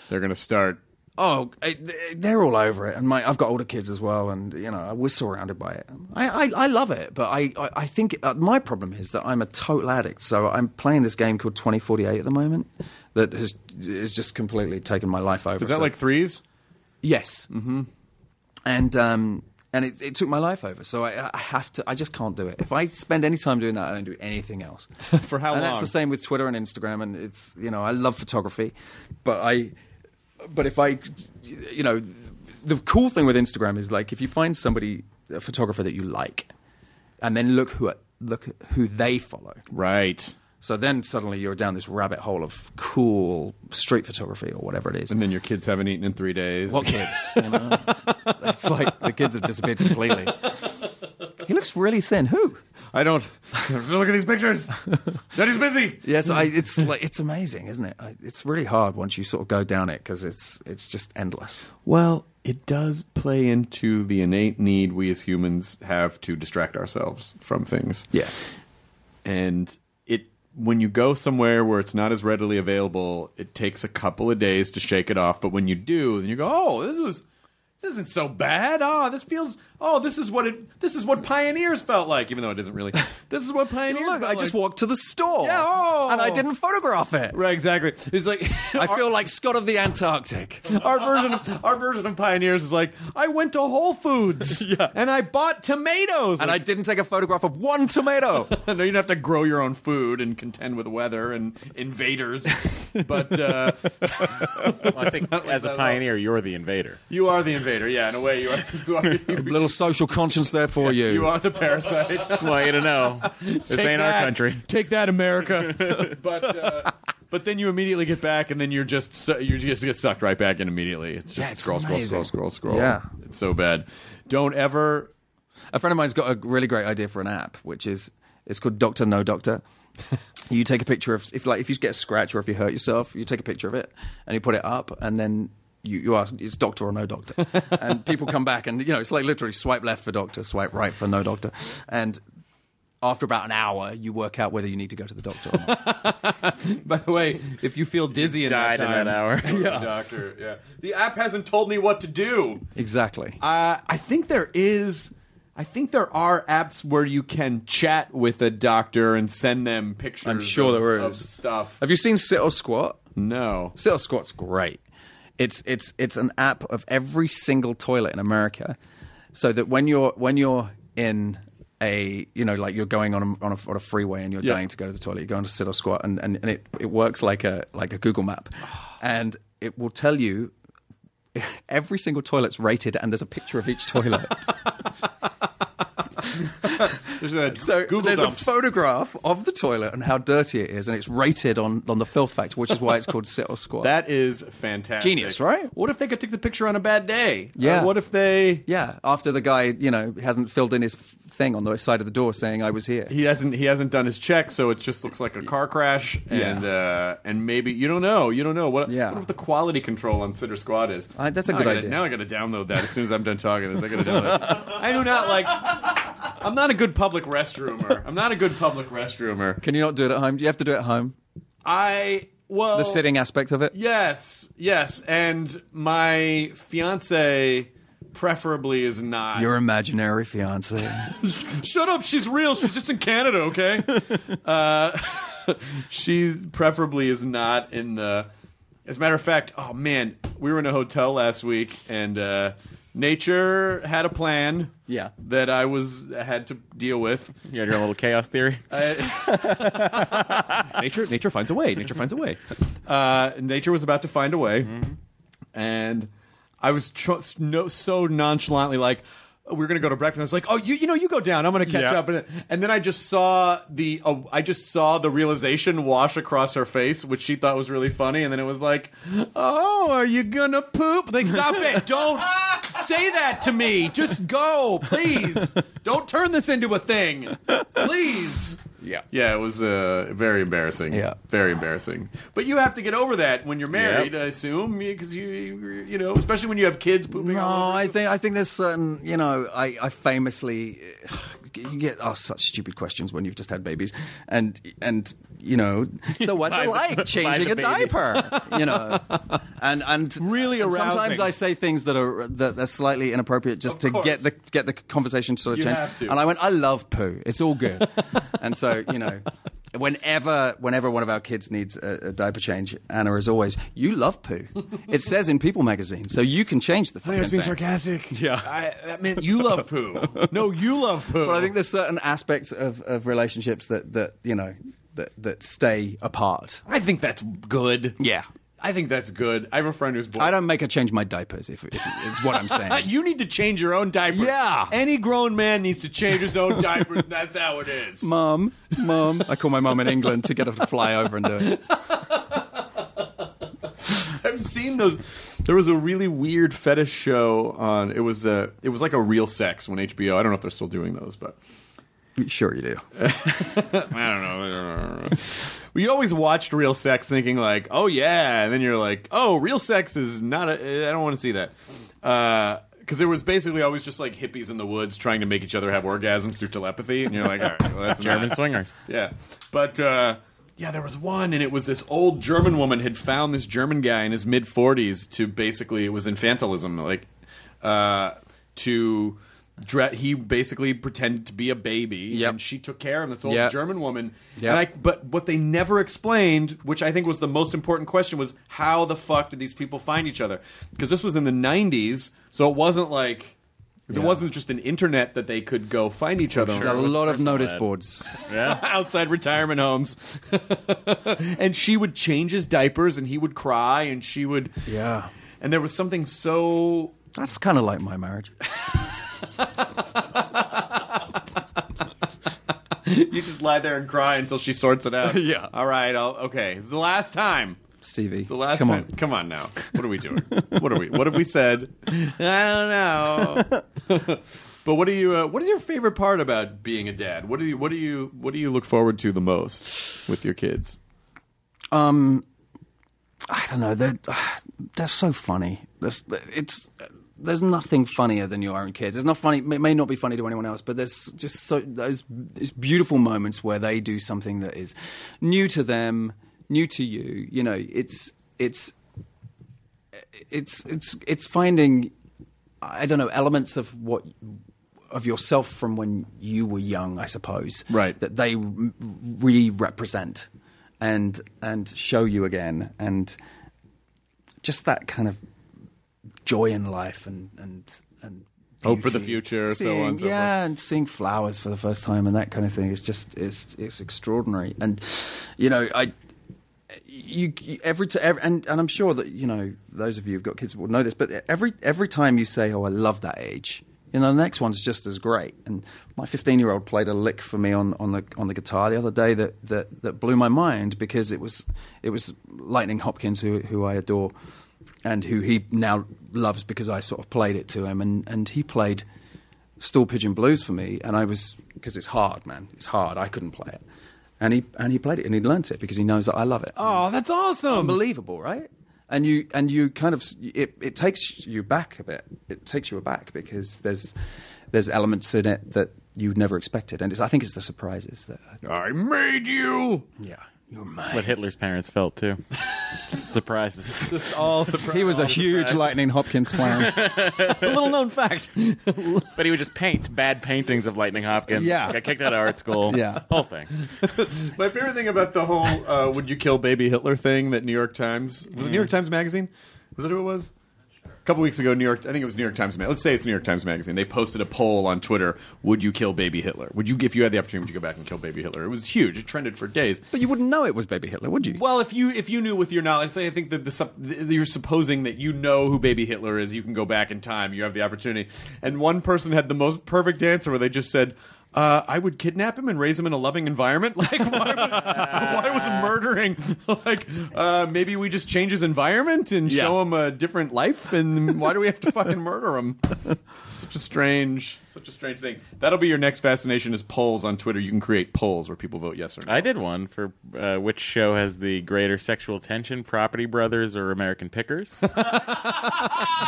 A: they're going to start.
E: oh I, they're all over it and my i've got older kids as well and you know we're surrounded by it i i, I love it but i i, I think uh, my problem is that i'm a total addict so i'm playing this game called 2048 at the moment that has is just completely taken my life over
A: Is that
E: So-
A: like threes?
E: yes mm-hmm. and um and it, it took my life over. So I, I have to. I just can't do it. If I spend any time doing that, I don't do anything
A: [laughs]
E: else. For
A: how
E: and
A: long?
E: that's the same with Twitter and Instagram. And it's you know I love photography, but I, but if I, you know, the cool thing with Instagram is like if you find somebody a photographer that you like, and then look who look at who they follow.
A: Right.
E: So then suddenly you're down this rabbit hole of cool street photography or whatever it is.
A: And then your kids haven't eaten in three days.
E: What kids? [laughs] You know? it's like the kids have disappeared completely. He looks really thin. Who?
A: I don't. [laughs] Look at these [laughs] pictures. Daddy's busy.
E: Yes, I, it's like it's amazing, isn't it? I, it's really hard once you sort of go down it because it's it's just endless.
A: Well, it does play into the innate need we as humans have to distract ourselves from things.
E: Yes.
A: And it when you go somewhere where it's not as readily available, it takes a couple of days to shake it off, but when you do, then you go, "Oh, this was this isn't so bad. Oh, this feels Oh, this is what it this is what pioneers felt like, even though it isn't really. [laughs] This is what pioneers
E: Look,
A: felt
E: I just
A: like.
E: walked to the store.
A: Yeah, oh.
E: and I didn't photograph it.
A: Right, exactly. It's like [laughs]
E: I feel like Scott of the Antarctic.
A: our version of, our version of pioneers is like I went to Whole [laughs] Foods and I bought tomatoes
E: And I didn't take a photograph of one tomato.
A: I [laughs] know you'd have to grow your own food and contend with weather and [laughs] invaders, but uh,
F: I think as a pioneer, you're the invader.
A: you are the invader. Yeah, in a way, you are. [laughs] You are,
E: A [laughs] little social conscience there for you.
A: you are the parasite.
F: Well, you don't
E: [laughs]
F: know. This
A: Take
F: ain't
A: that.
F: our country.
A: Take that, [laughs] America. [laughs] but uh, but then you immediately get back, and then you're just su- you just get sucked right back in immediately. It's just
E: Yeah, it's
A: scroll,
E: amazing.
A: scroll, scroll, scroll, scroll.
E: Yeah.
A: it's so bad. Don't ever.
E: A friend of mine's got a really great idea for an app, which is it's called Doctor No
A: [laughs]
E: Doctor. you take a picture of if like if you get a scratch or if you hurt yourself, you take a picture of it and you put it up, and then you, you ask it's doctor or
A: [laughs]
E: no doctor, and people come back and you know it's like literally swipe left for doctor, swipe right for no doctor, and after about an hour, you work out whether you need to go to the doctor.
A: [laughs]
E: or not.
A: By [laughs] the way, if you feel dizzy in
F: died
A: that
F: in that
A: time,
F: hour.
A: go to the doctor. [laughs] Yeah, the app hasn't told me what to do.
E: exactly.
A: Uh, I think there is. I think there are apps where you can chat with a doctor and send them pictures.
E: I'm sure
A: of,
E: there
A: of
E: is.
A: stuff.
E: Have you seen Sit or Squat?
A: No.
E: Sit or Squat's great. It's it's it's an app of every single toilet in America, so that when you're when you're in a you know like you're going on a, on a, on a freeway and you're
A: Yeah.
E: dying to go to the toilet, you go on to sit or squat, and, and, and it, it works like a like a Google map, and it will tell you every single toilet's rated, and there's a picture of
A: [laughs]
E: each toilet.
A: There's a
E: So
A: Google
E: there's
A: dumps.
E: a photograph of the toilet and how dirty it is, and it's rated on, on the filth factor, which is why it's called sit or squat.
A: that is fantastic.
E: Genius, right?
A: What if they could take the picture on a bad day?
E: Yeah.
A: Uh, what if they?
E: yeah, after the guy, you know, hasn't filled in his f- thing on the side of the door saying I was here.
A: He hasn't. He hasn't done his check, so it just looks like a car crash. And uh, and maybe you don't know. You don't know what.
E: Yeah.
A: What if the quality control on Sitter Squad is?
E: Uh, that's a
A: Now I
E: good
A: gotta-
E: idea.
A: Now I got to download that as soon as I'm done talking. This I got to download. it. I do not like. I'm not a good public restroomer. I'm not a good public restroomer.
E: Can you not do it at home? Do you have to do it at home?
A: I well
E: The sitting aspect of it?
A: Yes, yes, and my fiance preferably is not.
E: Your imaginary fiance.
A: Shut up! She's real. She's just in Canada, okay? uh, [laughs] she preferably is not in the. As a matter of fact, oh man, we were in a hotel last week, and uh, nature had a plan.
E: Yeah.
A: that I was had to deal with.
F: You had your own little chaos
E: [laughs]
F: theory.
A: [laughs] nature nature finds a way nature finds a way uh, nature was about to find a way and i was tr- no, so nonchalantly like we were gonna go to breakfast i was like oh you, you know you go down i'm gonna catch
F: Yeah.
A: up and, and then i just saw the uh, i just saw the realization wash across her face which she thought was really funny and then it was like oh are you gonna poop like stop
E: [laughs]
A: it don't say that to me just go please don't turn this into a thing please
E: yeah.
A: yeah, it was uh, very embarrassing.
E: Yeah.
A: very embarrassing. But you have to get over that when you're married,
F: Yep.
A: I assume, because you, you know, especially when you have kids pooping.
E: No,
A: all over.
E: I think I think there's certain you know I, I famously [sighs] you get asked such stupid questions when you've just had babies and and you know
A: [laughs]
E: so what
F: By
E: they
F: the- by
E: like changing
F: the
E: a
F: baby.
E: diaper you know and and
A: Really
E: and sometimes
A: arousing.
E: I say things that are that are slightly inappropriate just to
A: Of course.
E: get the get the conversation to sort of
A: You
E: change
A: have to.
E: and I went I love poo it's all good and so you know Whenever, whenever one of our kids needs a, a diaper change, Anna is always, "You love poo." It says in People magazine, so you can change the.
A: Honey, I was
E: fucking
A: being
E: thing.
A: sarcastic.
E: Yeah.
A: I, that meant you love poo. No, you love poo.
E: But I think there's certain aspects of, of relationships that, that you know that that stay apart.
A: I think that's good.
E: Yeah.
A: I think that's good. I have a friend who's born.
E: I don't make her change my diapers if, if it's what I'm saying.
A: [laughs] you need to change your own diaper.
E: Yeah.
A: Any grown man needs to change his own diaper. [laughs] and That's how it is.
E: mum, mum. I call my mum in England to get her to fly over and do it.
A: I've seen those. There was a really weird fetish show on. It was a. It was like a real sex when HBO. I don't know if they're still doing those, but
E: Sure, you do.
A: [laughs] I don't know. I don't know. We always watched Real Sex, thinking like, "Oh yeah," and then you're like, "Oh, Real Sex is not. A, eh, I don't want to see that." Because there was basically always just like hippies in the woods trying to make each other have orgasms through telepathy, and you're like, "All right, well,
F: [laughs]
A: that's not-
F: German swingers.
A: yeah. But uh, yeah, there was one, and it was this old German woman had found this German guy in his mid 40s to basically, it was infantilism. Like, uh, to. Dre- he basically pretended to be a baby, and she took care of this old
E: Yep.
A: German woman.
E: Yep.
A: And I, but what they never explained, which I think was the most important question, was how the fuck did these people find each other? Because this was in the '90s, so it wasn't like there
E: Yeah.
A: wasn't just an internet that they could go find each other.
E: There's
A: on.
E: a lot of notice
F: ad.
E: boards.
F: Yeah.
A: [laughs] outside retirement homes. [laughs] and she would change his diapers and he would cry and she would
E: Yeah,
A: and there was something so
E: that's kind of like my marriage.
A: you just lie there and cry until she sorts it out.
E: [laughs] Yeah.
A: All right, I'll, okay. It's the last time.
E: Stevie,
A: It's the last
E: come
A: time.
E: on.
A: Come on now. What are we doing? what are we What have we said? I don't know.
E: [laughs]
A: but what are you uh, what is your favorite part about being a dad? What do you what do you what do you look forward to the most with your kids?
E: Um, I don't know. They're uh, they're so funny. There's it's there's nothing funnier than your own kids. It's not funny. It may not be funny to anyone else, but there's just so those it's beautiful moments where they do something that is new to them, new to you. You know, it's it's it's it's it's finding I don't know elements of what of yourself from when you were young, I suppose.
A: Right.
E: That they m- really represent and and show you again, and just that kind of joy in life and and and.
A: Hope for the
E: beauty.
A: future, so on
E: Seeing-
A: and so forth.
E: yeah, and seeing flowers for the first time and that kind of thing is just it's it's extraordinary. And you know, I you you- every, t- every and and I'm sure that you know those of you who've got kids will know this, but every every time you say, "Oh, I love that age," you know the next one's just as great. And my 15 year old played a lick for me on, on the on the guitar the other day that, that that blew my mind because it was it was Lightning Hopkins who who I adore and who he now loves because I sort of played it to him and and he played Stool Pigeon Blues for me, and I was because it's hard, man. It's hard. I couldn't play it, and he and he played it and he learnt it because he knows that I love it.
A: Oh, that's awesome.
E: unbelievable, right? And you and you kind of it, it takes you back a bit. It takes you aback because there's there's elements in it that you never expected, and it's, I think it's the surprises that
A: I made you.
E: yeah you're
F: What
E: mine.
F: Hitler's parents
A: [laughs]
F: felt too. Surprises.
A: It's all surprise.
E: He was a huge Lightning Hopkins [laughs] fan.
A: little known fact.
F: But he would just paint bad paintings of Lightning Hopkins.
E: Yeah.
F: Got kicked out of art school.
E: [laughs] Yeah.
F: Whole thing.
A: My favorite thing about the whole uh, "Would you kill Baby Hitler" thing that New York Times was it New York Times Magazine? Was that who it was? A couple weeks ago, New York. I think it was New York Times. Ma- Let's say it's New York Times Magazine. They posted a poll on Twitter: Would you kill Baby Hitler? Would you, if you had the opportunity, would you go back and kill Baby Hitler? It was huge. It trended for days.
E: but you wouldn't know it was Baby Hitler, would you?
A: Well, if you if you knew with your knowledge, say I think that the, sup- the you're supposing that you know who Baby Hitler is, you can go back in time. You have the opportunity. And one person had the most perfect answer where they just said. Uh, I would kidnap him and raise him in a loving environment. [laughs] Like, why was, why was murdering? [laughs] Like, uh, maybe we just change his environment and
E: Yeah.
A: show him a different life. And why do we have to fucking murder
F: [laughs]
A: him? such a strange, such a strange thing. That'll be your next fascination is polls on Twitter. You can create polls where people vote yes or no.
F: I did one for uh, which show has the greater sexual tension, Property Brothers or American
E: [laughs]
F: Pickers.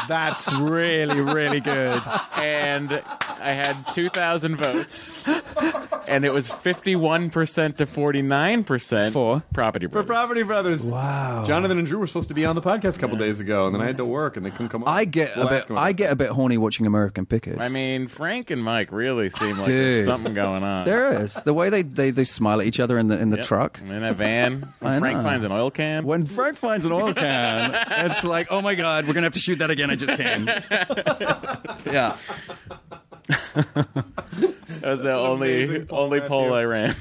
E: that's really really good.
F: and I had 2,000 votes. and it was fifty-one percent to forty-nine percent for Property
A: For
F: Brothers.
A: Property Brothers.
E: [laughs] Wow.
A: Jonathan and Drew were supposed to be on the podcast a couple days ago, and then I had to work, and they couldn't come on.
E: I get
A: We'll
E: a
A: ask
E: bit.
A: them.
E: I get a bit horny watching American Pickers.
F: I mean, Frank and Mike really seem like
E: Dude.
F: there's something going on.
E: There is the way they, they, they smile at each other in the in the
F: Yep.
E: truck.
F: And in that van,
E: [laughs] I
F: when Frank
E: know.
F: finds an oil can.
E: When Frank finds an oil can, it's like, oh my god, we're gonna have to shoot that again. I just came. yeah.
F: That was the only only poll I ran.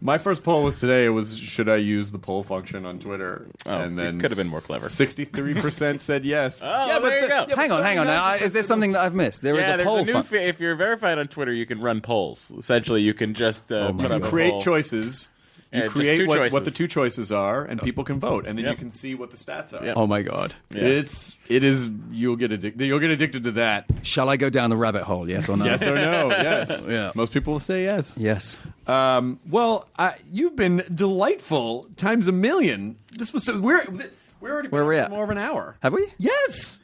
A: My first poll was today. It was should I use the poll function on Twitter? Oh, and then could have been more clever. Sixty-three percent said yes.
F: Oh, there you go.
E: hang on, hang on. Now, is there something that I've missed? There is
F: yeah,
E: a
F: there's
E: poll.
F: a new
E: fun-
F: fe- if you're verified on Twitter, you can run polls. Essentially, you can just
E: Oh
F: uh, put
A: You
F: up a
A: create
F: poll.
A: choices. You
F: Yeah, just
A: create
F: two
A: what,
F: choices.
A: what the two choices are, and people can vote, and then you can see what the stats are.
E: Oh my god.
A: Yeah. It's it is you'll get addicted. You'll get addicted to that.
E: Shall I go down the rabbit hole? Yes or no?
A: Yes or no? Yes.
E: Yeah.
A: Most people will say yes.
E: [laughs] Yes.
A: Um, well, I, you've been delightful times a million. This was so, we're we're already
E: Where are we
A: been
E: at?
A: more of an hour.
E: Have we?
A: Yes.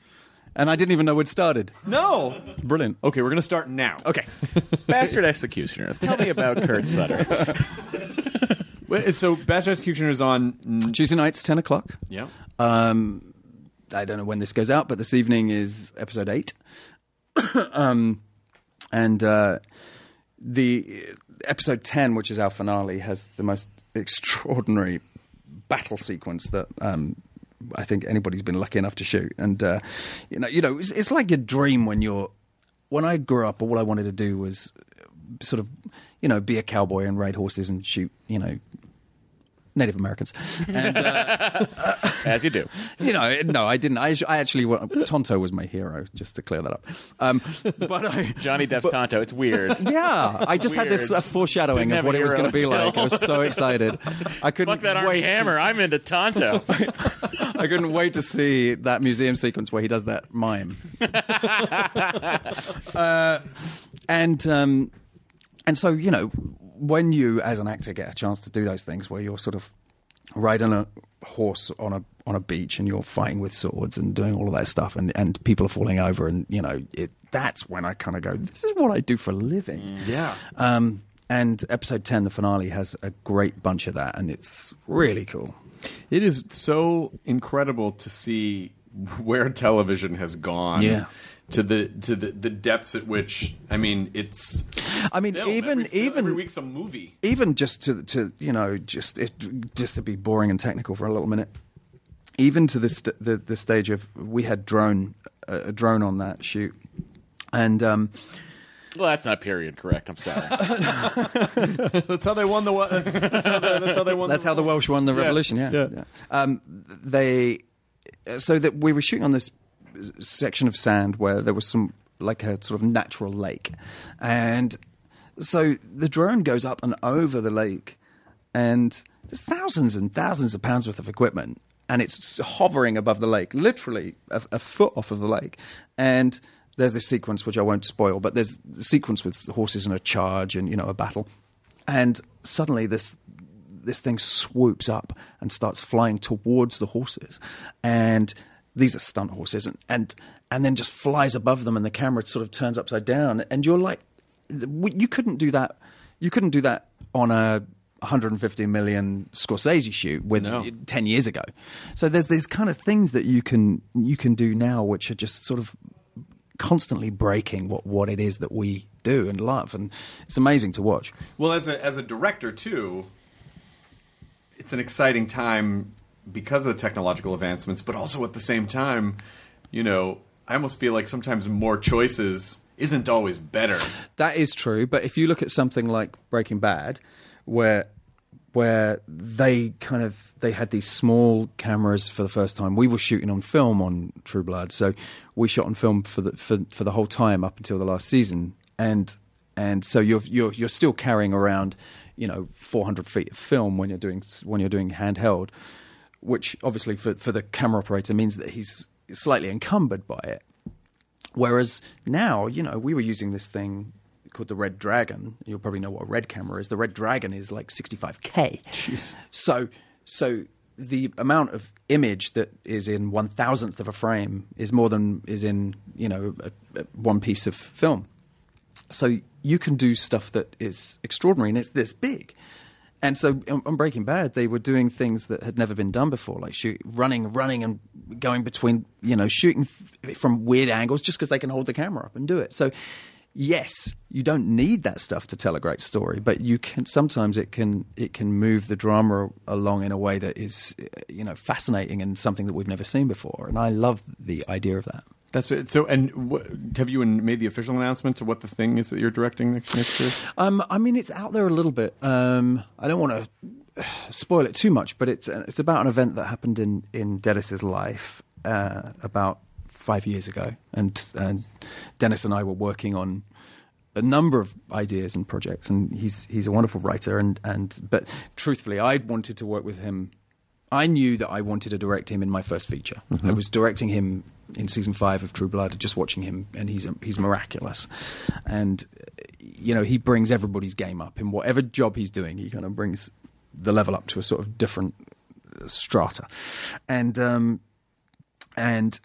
E: And I didn't even know we'd started.
A: No.
E: Brilliant.
A: Okay, we're gonna start now.
E: Okay.
F: Bastard Executioner. Tell me about
E: [laughs]
F: Kurt Sutter.
A: Wait, so Bachelor Executioner is on. mm,
E: Tuesday nights, ten o'clock.
A: Yeah.
E: Um, I don't know when this goes out, but this evening is episode eight. [coughs] um, and uh, the episode ten, which is our finale, has the most extraordinary battle sequence that um, I think anybody's been lucky enough to shoot. And uh, you know, you know, it's, it's like your dream when you're. When I grew up, all I wanted to do was sort of, you know, be a cowboy and ride horses and shoot, you know, Native Americans. And, uh,
F: As you do.
E: you know, no, I didn't. I, I actually, Tonto was my hero, just to clear that up. Um, but I,
F: Johnny Depp's Tonto. It's weird.
E: [laughs] yeah, I just had this
F: Weird.
E: uh, foreshadowing
F: Didn't
E: of
F: have
E: what
F: a
E: it was
F: hero
E: going to be
F: until-
E: like. I was so excited. I couldn't
F: Fuck that Army
E: wait.
F: Hammer. I'm into Tonto.
E: [laughs] I couldn't wait to see that museum sequence where he does that mime. uh, and um, and so you know, when you as an actor get a chance to do those things where you're sort of riding a horse on a on a beach and you're fighting with swords and doing all of that stuff and, and people are falling over and you know it, that's when I kind of go this is what I do for a living
A: Yeah.
E: um, and episode 10 the finale has a great bunch of that and it's really cool
A: It is so incredible to see where television has gone.
E: Yeah.
A: To the to the, the depths at which I mean it's
E: I mean,
A: film.
E: even-
A: Every film-
E: even-
A: every week's a movie.
E: even just to to you know just it, just to be boring and technical for a little minute even to the st- the, the stage of we had drone uh, a drone on that shoot and um
F: well, that's not period correct. I'm
E: [laughs]
F: sorry.
A: That's how they won the. wa- That's how they, that's how [laughs] they won.
E: that's
A: the,
E: how the Welsh won the revolution yeah,
A: yeah.
E: yeah. um they so that we were shooting on this section of sand where there was some like a sort of natural lake and so the drone goes up and over the lake and there's thousands and thousands of pounds worth of equipment and it's hovering above the lake literally a, a foot off of the lake and there's this sequence which i won't spoil but there's the sequence with horses and a charge and you know a battle and suddenly this this thing swoops up and starts flying towards the horses and these are stunt horses and and, and then just flies above them and the camera sort of turns upside down and you're like w- you couldn't do that you couldn't do that on a 150 million Scorsese shoot with 10 years ago so there's these kind of things that you can you can do now which are just sort of constantly breaking what what it is that we do and love and it's amazing to watch
A: Well, as a as a director too, it's an exciting time because of the technological advancements, but also at the same time, you know, I almost feel like sometimes more choices isn't always better.
E: That is true, but if you look at something like Breaking Bad, where where they kind of they had these small cameras for the first time. We were shooting on film on True Blood, so we shot on film for the for, for the whole time up until the last season, and and so you're you're you're still carrying around, you know, 400 feet of film when you're doing when you're doing handheld, which obviously for for the camera operator means that he's slightly encumbered by it. Whereas now, you know, we were using this thing called the Red Dragon. You'll probably know what a red camera is. The Red Dragon is like 65k. So, so the amount of image that is in one thousandth of a frame is more than is in you know a, a, one piece of film. So you can do stuff that is extraordinary and it's this big. And so on on Breaking Bad, they were doing things that had never been done before, like shoot, running, running, and going between, you know, shooting th- from weird angles just because they can hold the camera up and do it. So, yes, you don't need that stuff to tell a great story, but you can. Sometimes it can it can move the drama along in a way that is, uh, you know, fascinating and something that we've never seen before. And I love the idea of that.
A: That's it. So, and what, have you an- made the official announcement to what the thing is that you're directing next, next year?
E: Um, I mean, it's out there a little bit. Um, I don't want to [sighs] spoil it too much, but it's uh, it's about an event that happened in in Dennis's life uh, about five years ago, and and Dennis and I were working on a number of ideas and projects, and he's he's a wonderful writer, and and but truthfully, I wanted to work with him. I knew that I wanted to direct him in my first feature. I was directing him in season five of True Blood, just watching him, and he's he's miraculous, and you know he brings everybody's game up in whatever job he's doing. He kind of brings the level up to a sort of different uh, strata, and um, and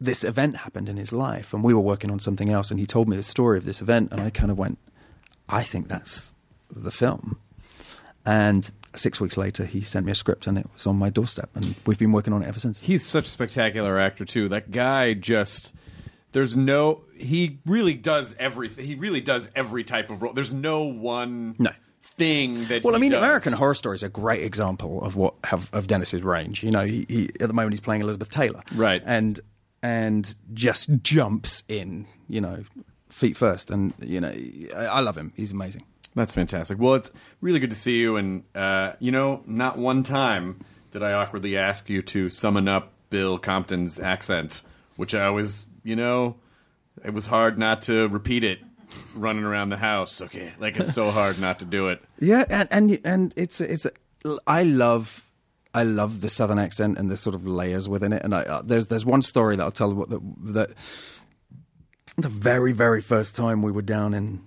E: this event happened in his life, and we were working on something else, and he told me the story of this event, and I kind of went, I think that's the film, and. Six weeks later, he sent me a script and it was on my doorstep, and we've been working on it ever since.
A: He's such a spectacular actor too. That guy just there's no he really does everything. He really does every type of role. There's no one
E: No.
A: thing that.
E: Well, I
A: he
E: mean,
A: does.
E: American Horror Story is a great example of what of, of Dennis's range. You know, he, he at the moment he's playing Elizabeth Taylor, right, and and just jumps in, you know, feet first, and you know, I, I love him. He's amazing.
A: That's fantastic. Well, it's really good to see you, and uh, you know, not one time did I awkwardly ask you to summon up Bill Compton's accent, which I was, you know, it was hard not to repeat it running around the house. Okay, [laughs] like it's so hard not to do it.
E: Yeah, and and and it's it's I love I love the southern accent and the sort of layers within it. And I, uh, there's there's one story that I'll tell what that that the very very first time we were down in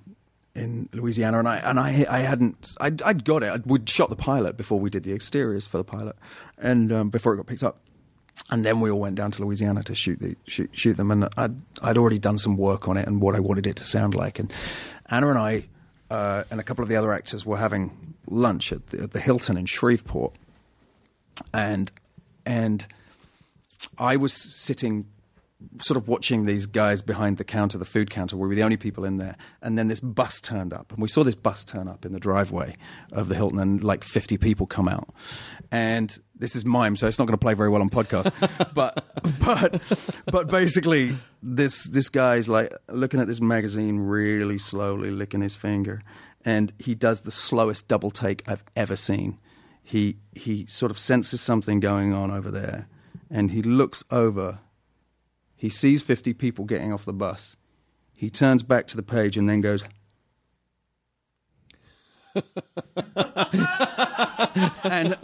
E: in Louisiana, and I and I I hadn't I'd, I'd got it. I'd, we'd shot the pilot before we did the exteriors for the pilot, and um, before it got picked up. And then we all went down to Louisiana to shoot the shoot, shoot them, and I'd I'd already done some work on it and what I wanted it to sound like. And Anna and I uh, and a couple of the other actors were having lunch at the, at the Hilton in Shreveport, and and I was sitting sort of watching these guys behind the counter, the food counter. We were the only people in there. And then this bus turned up. And we saw this bus turn up in the driveway of the Hilton and like 50 people come out. And this is mime, so it's not going to play very well on podcast. but but but basically this this guy's like looking at this magazine really slowly, licking his finger. And he does the slowest double take I've ever seen. He he sort of senses something going on over there and he looks over he sees 50 people getting off the bus. He turns back to the page and then goes. [laughs] and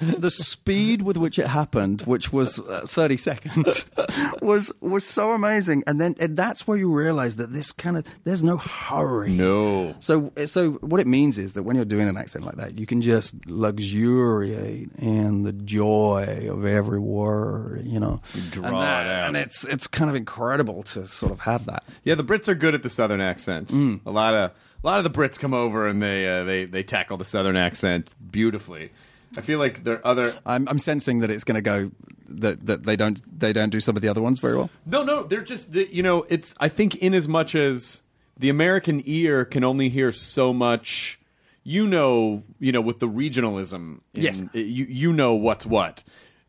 E: the speed with which it happened, which was uh, 30 seconds, [laughs] was was so amazing. And then and that's where you realize that this kind of there's no hurry.
A: No.
E: So so what it means is that when you're doing an accent like that, you can just luxuriate in the joy of every word, you know.
A: draw
E: and that-
A: it out.
E: And it's it's kind of incredible to sort of have that.
A: Yeah, the Brits are good at the southern accents.
E: Mm.
A: A lot of a lot of the Brits come over and they uh, they they tackle the southern accent beautifully. I feel like there are other
E: I'm, I'm sensing that it's going to go that, that they don't they don't do some of the other ones very well.
A: No, no, they're just the- you know, it's I think in as much as the American ear can only hear so much you know, you know with the regionalism. in-
E: Yes.
A: i- you you know what's what.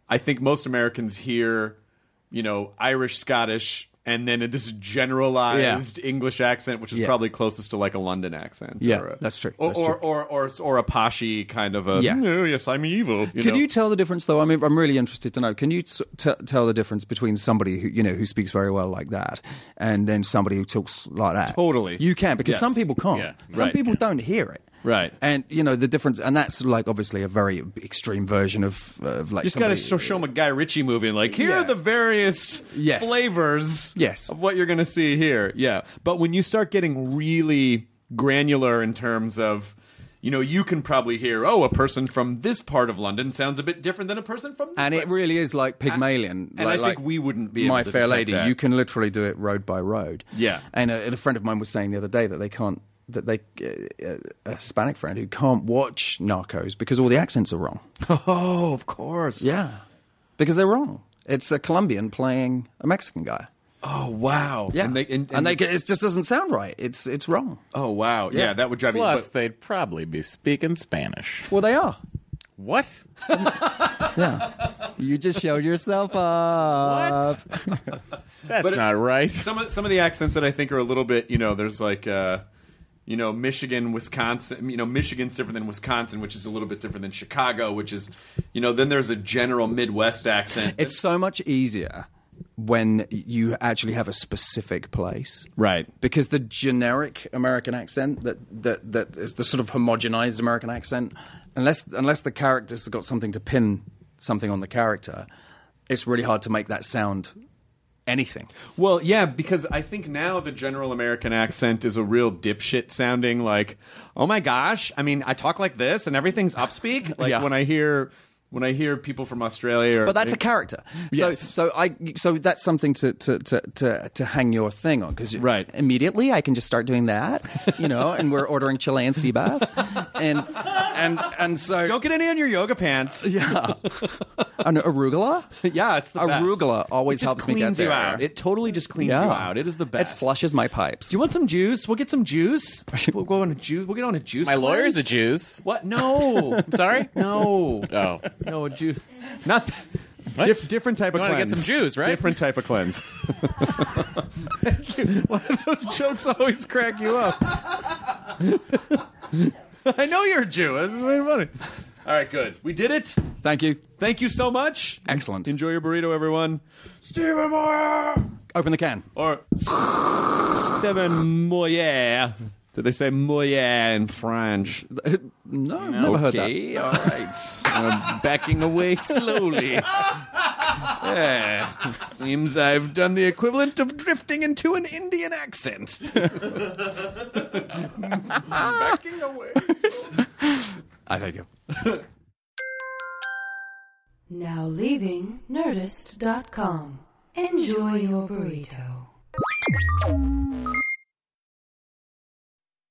A: I think most Americans hear, you know, Irish, Scottish and then this generalized English accent which is
E: Yeah.
A: probably closest to like a London accent
E: Yeah,
A: or a,
E: that's true.
A: Or,
E: That's
A: or,
E: true.
A: or or or a Pashi kind of a
E: Yeah.
A: "Oh, yes, I'm evil. You
E: Can
A: know?
E: you tell the difference though? I mean, I'm really interested to know. Can you t- t- tell the difference between somebody who you know who speaks very well like that, and then somebody who talks like that?
A: Totally.
E: you can because
A: Yes.
E: some people can't.
A: Yeah.
E: Some
A: Right.
E: people don't hear it.
A: Right.
E: and you know the difference, and that's like obviously a very extreme version of, of like
A: You just got to
E: somebody-
A: show him a Guy Ritchie movie and like, here are the various
E: Yes.
A: flavors
E: Yes.
A: of what you're going to see here. Yeah. But when you start getting really granular in terms of, you know, you can probably hear, oh, a person from this part of London sounds a bit different than a person from.
E: and it really is like Pygmalion.
A: and I
E: like,
A: think
E: like
A: we wouldn't be
E: My
A: able to
E: Fair
A: detect
E: Lady.
A: that.
E: You can literally do it road by road.
A: Yeah.
E: And a, and a friend of mine was saying the other day that they can't that they uh, a Hispanic friend who can't watch Narcos because all the accents are wrong.
A: [laughs] Oh, of course.
E: Yeah, because they're wrong. It's a Colombian playing a Mexican guy.
A: Oh wow.
E: Yeah,
A: And they and,
E: they ca- it just doesn't sound right. It's it's wrong.
A: Oh wow. Yeah, that would drive you-
F: Plus,
A: but-
F: they'd probably be speaking Spanish.
E: Well, they are.
F: What?
K: You just showed yourself
E: Uh,
K: up.
E: [laughs]
F: That's
A: it-
F: not right.
A: Some of some of the accents that I think are a little bit, you know, there's like uh you know, Michigan, Wisconsin, you know, Michigan's different than Wisconsin, which is a little bit different than Chicago, which is, you know, then there's a general Midwest accent.
E: It's so much easier when you actually have a specific place.
A: Right.
E: Because the generic American accent that that that is the sort of homogenized American accent, unless unless the character's got something to pin something on the character, it's really hard to make that sound anything.
A: Well, yeah, because I think now the general American accent is a real dipshit sounding like, oh my gosh, I mean, I talk like this and everything's upspeak. Like
E: Yeah.
A: when I hear when I hear people from Australia or
E: But that's a character.
A: Yes.
E: So so I so that's something to to to to, to hang your thing on because
A: Right.
E: immediately I can just start doing that, you know, and we're ordering Chilean sea bass, and and and so
A: Don't get any on your yoga pants.
E: [laughs] Yeah. An [laughs] arugula?
A: yeah, it's the best.
E: Arugula always
A: It just
E: helps me
A: cleans
E: get
A: you
E: there.
A: out. It totally just cleans
E: Yeah.
A: you out. It is the
E: It
A: best.
E: flushes my pipes.
A: Do you want some juice? We'll get some [laughs] juice. We'll go on a juice. We'll get on a juice.
F: My lawyer's a
A: cleanse.
F: Jews.
A: What?
F: [laughs]
A: No. I'm
F: sorry?
A: No.
F: Oh.
A: No, a Jew. Not. th- Dif- different type
F: You
A: of
F: wanna get
A: cleanse.
F: some Jews, right?
A: Different type of
F: [laughs]
A: cleanse. [laughs] Thank you. Why do those jokes always crack you up? [laughs] I know you're a Jew. That's just made funny. All right, good. We did it.
E: Thank you.
A: Thank you so much.
E: Excellent.
A: Enjoy your burrito, everyone. Steven Moyer!
E: Open the can.
A: Or Steven Moyer. Did they say Moyer in French?
E: uh, No, I've never heard that.
A: okay, all right. I'm backing away
E: [laughs]
A: slowly. Yeah. Seems I've done the equivalent of drifting into an Indian
E: [laughs]
A: accent. backing away.
E: I thank you.
B: Now leaving Nerdist.com. Enjoy your burrito.